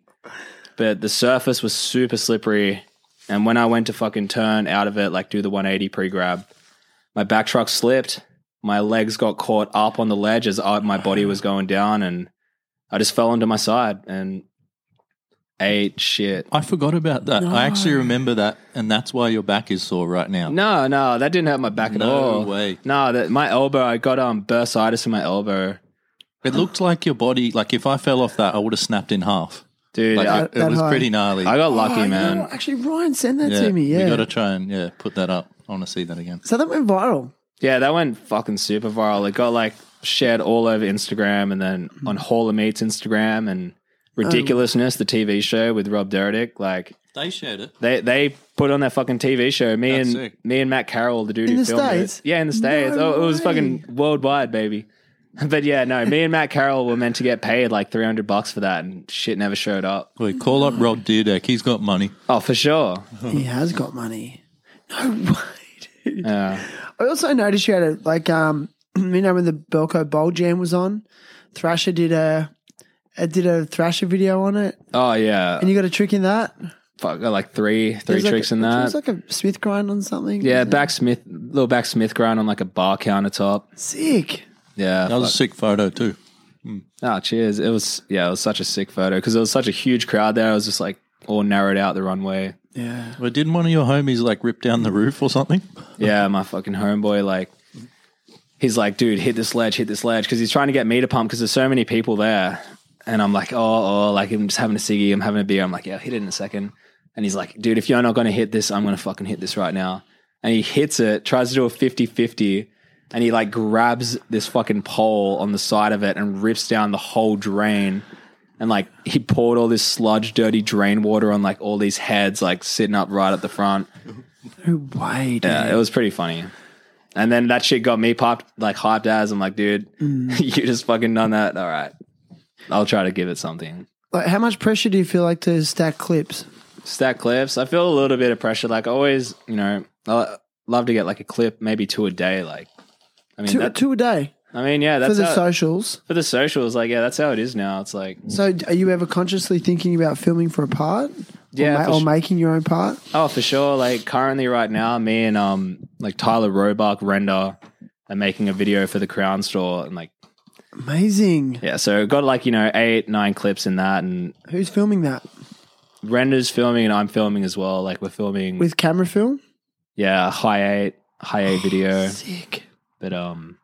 but the surface was super slippery. And when I went to fucking turn out of it, like do the one eighty pre grab, my back truck slipped. My legs got caught up on the ledge as I, my body was going down, and I just fell onto my side and ate shit.
I forgot about that. I actually remember that, and that's why your back is sore right now.
No, no, that didn't hurt my back at
No
all.
way.
No, that my elbow. I got um bursitis in my elbow,
It looked like your body, like if I fell off that, I would have snapped in half.
dude.
Like
I,
it, it
that
was
high.
pretty gnarly.
I got
Oh,
lucky,
you know
man.
what? Actually, Ryan sent that
yeah,
to me. Yeah.
we got to try and yeah put that up. I want to see that again.
so that went viral.
Yeah, that went fucking super viral. It got like shared all over Instagram and then
Hmm.
on Hall of Meats Instagram and
Oh.
ridiculousness, the TV show with Rob Dyrdek. Like
They shared it.
they they put on their fucking TV show. Me
That's
and
sick.
me and Matt Carroll, the dude
In
who
the
filmed
States?
it. Yeah, in the states.
No
oh, it was
way.
fucking worldwide, baby. But yeah, no, me and Matt Carroll were meant to get paid like three hundred bucks for that, and shit never showed up.
Wait, call up Rob Dyrdek. He's got money.
Oh, for sure.
He has got money. No way, dude.
Yeah.
I also noticed you had a like um you know when the Belco Bowl Jam was on, Thrasher did a I did a Thrasher video on it,
Oh yeah.
and you got a trick in that.
Fuck, got like three, three
There's like
tricks
a-
in
It
that.
was like a Smith grind on something.
yeah, back Smith, little back Smith grind on like a bar countertop.
sick.
Yeah.
That was a
fuck.
sick photo too.
oh, cheers. It was yeah, it was such a sick photo because there was such a huge crowd there. I was just like all narrowed out the runway.
Yeah,
But didn't one of your homies like rip down the roof or something?
Yeah, my fucking homeboy like. He's like, dude, hit this ledge, hit this ledge, because he's trying to get me to pump because there's so many people there, and I'm like, oh, oh, like I'm just having a ciggy, I'm having a beer, I'm like, yeah, I'll hit it in a second, and he's like, dude, if you're not gonna hit this, I'm gonna fucking hit this right now, and he hits it, tries to do a 50-50, and he like grabs this fucking pole on the side of it and rips down the whole drain, and like he poured all this sludge, dirty drain water on like all these heads like sitting up right at the front.
no way, dude.
Yeah, it was pretty funny. And then that shit got me popped, like hyped as I'm like, dude,
Mm.
you just fucking done that. All right, I'll try to give it something.
Like, how much pressure do you feel like to stack clips?
Stack clips. I feel a little bit of pressure. Like I always, you know, I love to get like a clip, maybe two a day. Like, I mean,
Two,
that,
two a day
I mean, yeah,
for
that's
the
how,
socials.
for the socials. Like, yeah, that's how it is now. It's like,
So, are you ever consciously thinking about filming for a part?
Yeah,
or,
for
or
su-
making your own part.
oh, for sure. Like currently, right now, me and um, like Tyler Roebuck Render are making a video for the Crown Store, and like,
Amazing.
yeah, so got like you know eight, nine clips in that, and
Who's filming that
Render's filming and I'm filming as well. Like we're filming
with camera film?
yeah, high eight, high eight video.
Oh, Sick.
But um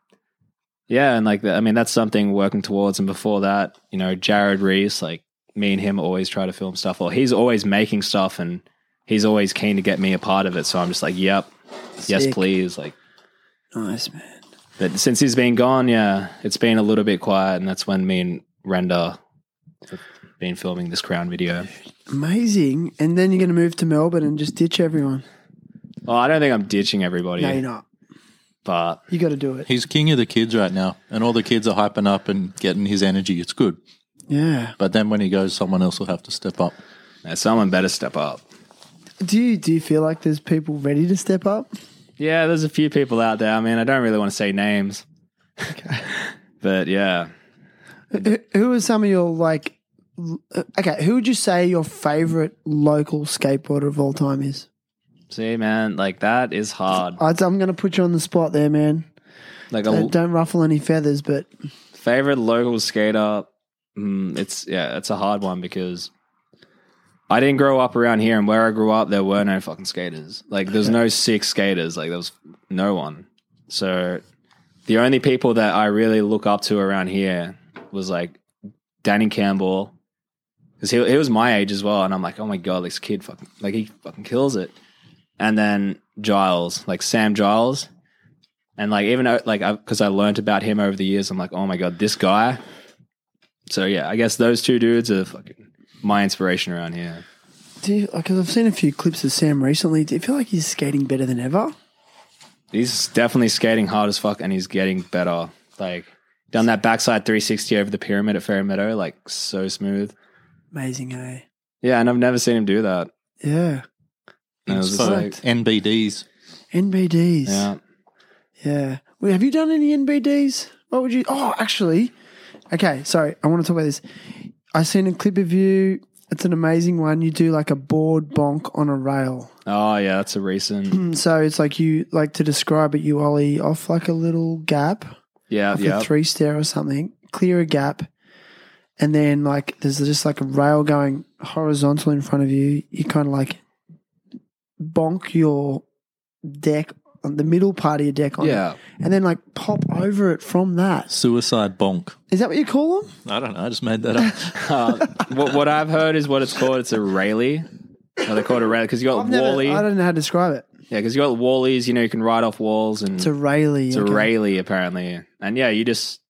yeah, and like that, I mean that's something working towards and before that, you know, Jared Reese, like me and him always try to film stuff or he's always making stuff and he's always keen to get me a part of it. So I'm just like, Yep, yes
Sick.
please. Like
Nice man.
but since he's been gone, yeah, it's been a little bit quiet and that's when me and Render have been filming this crown video.
Amazing. And then you're going to move to Melbourne and just ditch everyone.
Well, I don't think I'm ditching everybody,
No, you're not.
but
You got to do it.
He's king of the kids right now, and all the kids are hyping up and getting his energy. It's good.
Yeah.
But then when he goes, someone else will have to step up.
yeah, someone better step up.
Do you do you feel like there's people ready to step up?
Yeah, there's a few people out there. I mean, I don't really want to say names. but yeah.
Who- Who are some of your like? l- Okay, who would you say your favorite local skateboarder of all time is?
See, man, like that is hard.
I'd, I'm going to put you on the spot there, man.
Like
Don't,
a
don't ruffle any feathers, but
favorite local skater, mm, it's yeah, it's a hard one because I didn't grow up around here and where I grew up there were no fucking skaters. Like there's no six skaters, like there was no one. So the only people that I really look up to around here was like Danny Campbell, because he he was my age as well, and I'm like, oh my god, this kid fucking like he fucking kills it. And then Giles, like Sam Giles, and like even though- like because I learned about him over the years, I'm like, oh my god, this guy. So yeah, I guess those two dudes are fucking my inspiration around here.
do you, like, 'cause I've seen a few clips of Sam recently. Do you feel like he's skating better than ever?
He's definitely skating hard as fuck, and he's getting better. Like done that backside 360 over the pyramid at Fair Meadow, like so smooth.
Amazing, eh?
Yeah, and I've never seen him do that.
Yeah.
was
Info,
like-
NBDs.
NBDs.
Yeah.
Yeah. Wait, have you done any NBDs? What would you? Oh, actually, okay. Sorry, I want to talk about this. I seen a clip of you. It's an amazing one. You do like a board bonk on a rail.
Oh yeah, that's a recent.
And so it's like you like to describe it. You ollie off like a little gap,
Yeah,
off
yeah.
a three stair or something. Clear a gap, and then like there's just like a rail going horizontal in front of you. You kind of like bonk your deck on the middle part of your deck on it
yeah.
and then like pop over it from that.
Suicide bonk.
Is that what you call them?
I don't know. I just made that up.
Uh, what, what I've heard is what it's called. It's a Rayleigh. Oh, they call it a Rayleigh because you got
I've never-
Wally.
I
Yeah,
don't know how to describe it.
because you got Wallies. You know, you can ride off walls and
It's a Rayleigh.
Mm. It's a Rayleigh, apparently. And yeah, you just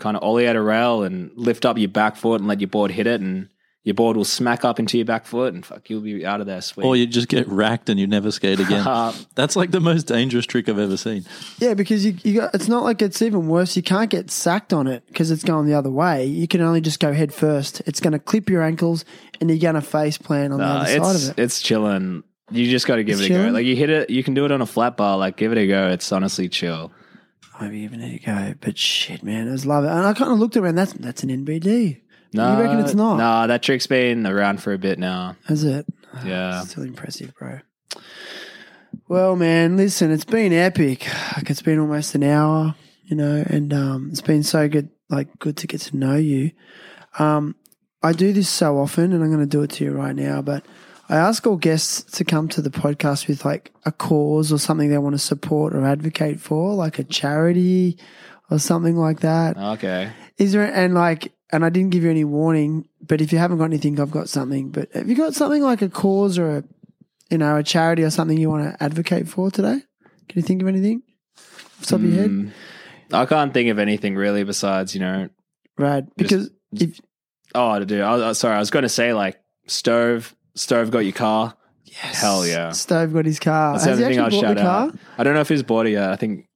kind of ollie out a rail and lift up your back foot and let your board hit it, and your board will smack up into your back foot, and fuck, you'll be out of there.
Oh,
Sweet.
or you just get racked and you never skate again.
Uh,
That's like the most dangerous trick I've ever seen.
Yeah, because you, you got, it's not like it's even worse. You can't get sacked on it because it's going the other way. You can only just go head first. It's going to clip your ankles and you're going to face plant on
uh,
the other
it's
side of it.
it's chilling. You just got to give
It's
it a go.
chilling?
Like you hit it, you can do it on a flat bar. Like give it a go. It's honestly chill.
Maybe even there you go. But shit, man, I just love it. And I kind of looked around. That's that's an NBD.
No,
you reckon it's not?
Nah, that trick's been around for a bit now.
Is it?
Yeah.
Still impressive, bro. Well, man, listen, it's been epic. Like it's been almost an hour, you know, and um, it's been so good, like good to get to know you. Um, I do this so often, and I'm going to do it to you right now. But I ask all guests to come to the podcast with like a cause or something they want to support or advocate for, like a charity or something like that.
Okay.
Is there and like and I didn't give you any warning, but if you haven't got anything, I've got something. But have you got something like a cause or a you know a charity or something you want to advocate for today? Can you think of anything? Off the top of your head,
Mm. I can't think of anything really besides you know
Rad. Because if
Oh, dude. I, I, sorry, I was going to say like stove. Stove got your car. Yes. Hell yeah.
Stove got his car,
That's
has
the
he
only thing
actually
I'll
bought
shout
the car?
out. I don't know if he's bought it yet. I think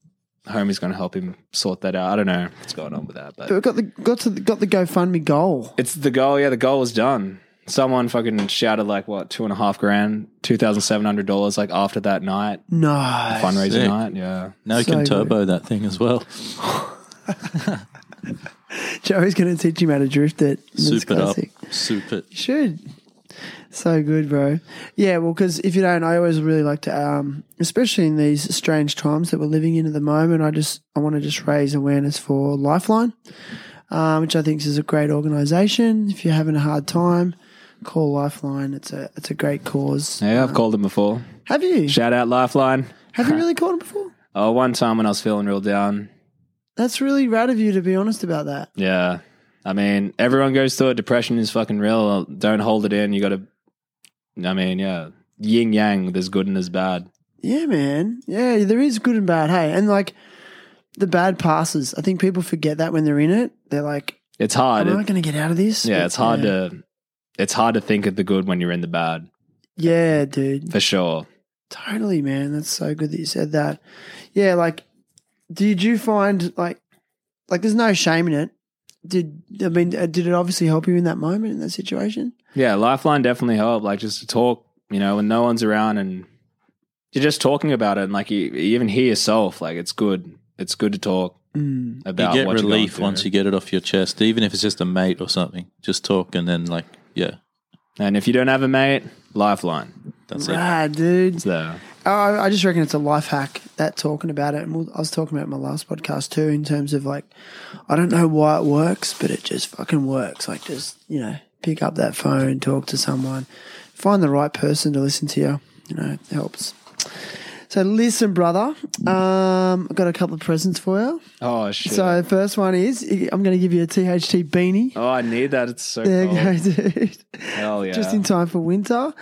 homie's going to help him sort that out. I don't know what's going on with that,
But we
but
got the got to the, got the GoFundMe goal.
it's the goal. Yeah, the goal is done. Someone fucking shouted like what two and a half grand, two thousand seven hundred dollars. Like after that night,
Nice.
fundraiser
Sick.
night. Yeah,
Now you
So
can
good.
turbo that thing as well.
Joey's going to teach him how to drift it. That's
Soup it up.
classic.
Soup it.
You should. So good, bro. Yeah, well, because if you don't, I always really like to, um, especially in these strange times that we're living in at the moment. I just I want to just raise awareness for Lifeline, um, which I think is a great organisation. If you're having a hard time, call Lifeline. It's a it's a great cause.
yeah. I've called him before.
Have you
Shout out Lifeline.
have you really called it before?
Oh, one time when I was feeling real down.
That's really rad of you to be honest about that.
Yeah. I mean, everyone goes through it. Depression is fucking real. Don't hold it in. You got to, I mean, yeah, yin yang. There's good and there's bad.
Yeah, man. Yeah, there is good and bad. Hey, and like the bad passes. I think people forget that when they're in it. They're like,
It's hard.
am I
It-
going to get out of this?
yeah,
But,
it's hard
yeah.
to, it's hard to think of the good when you're in the bad,
Yeah, dude.
for sure.
Totally, man. That's so good that you said that. Yeah, like did you find like like there's no shame in it. Did I mean uh, did it obviously help you in that moment in that situation?
Yeah, Lifeline definitely helped. Like just to talk, you know, when no one's around and you're just talking about it, and like you, you even hear yourself. Like it's good. It's good to talk
Mm.
You
about
get
what
relief
you're
once you get it off your chest, even if it's just a mate or something. Just talk and then, like, yeah,
And if you don't have a mate, Lifeline.
that's it.
Rad, dude.
It's there.
Uh, I, I just reckon it's a life hack that talking about it. And we'll, I was talking about it in my last podcast too, in terms of like, I don't know why it works, but it just fucking works. Like, just you know, pick up that phone, talk to someone, find the right person to listen to you. You know, it helps. So listen, brother. Um, I've got a couple of presents for you.
Oh shit.
So the first one is I'm going to give you a THT beanie.
oh, I need that. It's so
There you
cold.
go, dude.
Hell yeah.
Just in time for winter,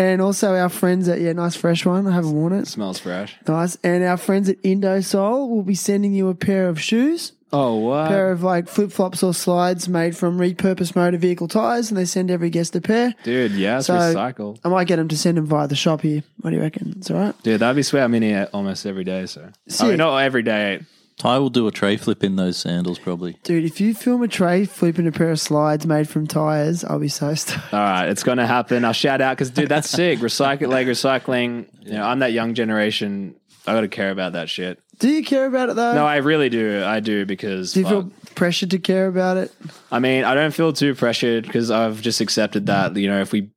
and also our friends at yeah, nice fresh one. I haven't worn it.
Smells fresh.
Nice. And our friends at Indosol will be sending you a pair of shoes,
Oh,
a
what?
pair of like flip flops or slides made from repurposed motor vehicle tires, and they send every guest a pair.
Dude, yeah, it's
So-
recycled.
I might get them to send them via the shop here. What do you reckon? It's all right.
Dude, that'd be sweet. I'm in here almost every day, so. I
Sick.
mean, not every day,
Ty will do a tray flip in those sandals, probably.
Dude, if you film a tray flipping a pair of slides made from tires, I'll be so stoked.
All right, it's gonna happen. I'll shout out because dude, that's sick. Recycle leg recycling. You know, I'm that young generation. I gotta care about that shit.
Do you care about it though?
No, I really do. I do because
Do you
fuck.
feel pressured to care about it?
I mean, I don't feel too pressured because I've just accepted that. You know, if we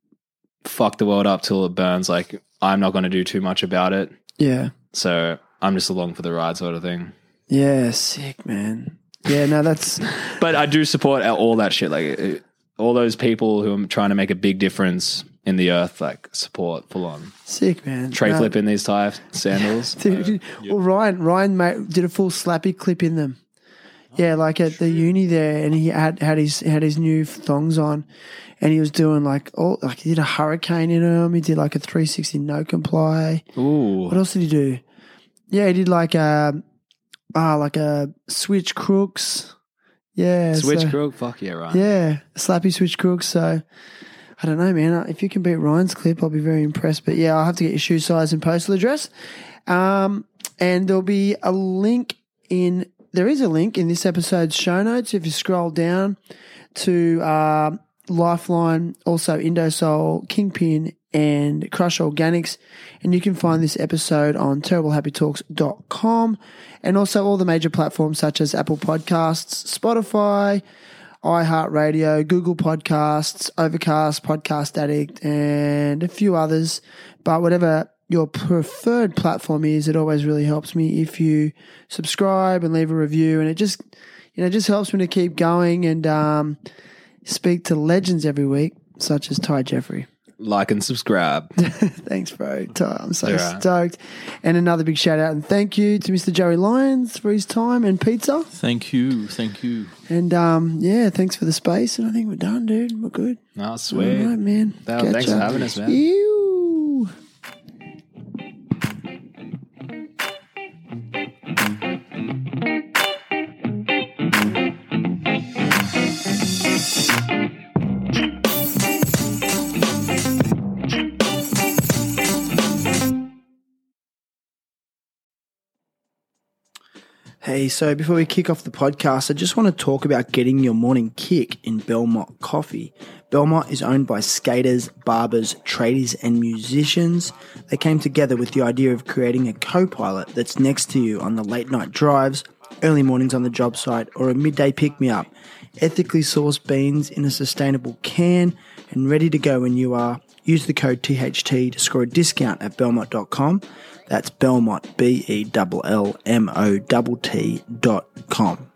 fuck the world up till it burns, like I'm not gonna do too much about it.
Yeah.
So I'm just along for the ride, sort of thing.
Yeah, sick, man. Yeah, no, that's
But I do support all that shit. Like it- all those people who are trying to make a big difference in the earth, like support full on
sick, man.
tray
No.
flip in these tie sandals.
Dude, well, Ryan, Ryan mate, did a full slappy clip in them. Yeah, like at the uni there, and he had had his had his new thongs on, and he was doing like all like he did a hurricane in them. He did like a three sixty no comply.
Ooh.
What else did he do? Yeah, he did like a ah like a switch crooks. Yeah,
Switch
so-
crook, fuck yeah, right.
Yeah, slappy switch crooks. So I don't know, man. Uh, If you can beat Ryan's clip, I'll be very impressed. But yeah, I'll have to get your shoe size and postal address. Um, and there'll be a link in. There is a link in this episode's show notes. If you scroll down to um Lifeline, also Indosol, Kingpin, and Crush Organics. And you can find this episode on terriblehappytalks.com and also all the major platforms such as Apple Podcasts, Spotify, iHeartRadio, Google Podcasts, Overcast, Podcast Addict, and a few others. But whatever your preferred platform is, it always really helps me if you subscribe and leave a review. And it just, you know, just helps me to keep going and um, speak to legends every week, such as Ty Jeffrey.
Like and subscribe.
Thanks, bro. Ty, I'm so
You're right.
stoked. And another big shout out and thank you to Mr. Joey Lyons for his time and pizza.
Thank you, thank you.
And um, yeah, thanks for the space. And I think we're done, dude. We're good.
Oh,
All right,
sweet.
man.
No,
Catch
thanks for
up.
having us, man.
Ew. Hey, so before we kick off the podcast, I just want to talk about getting your morning kick in Belmont Coffee. Belmont is owned by skaters, barbers, traders, and musicians. They came together with the idea of creating a co pilot that's next to you on the late night drives, early mornings on the job site, or a midday pick me up. Ethically sourced beans in a sustainable can and ready to go when you are. Use the code THT to score a discount at belmont.com. That's Belmont, B E L L M O T T dot com.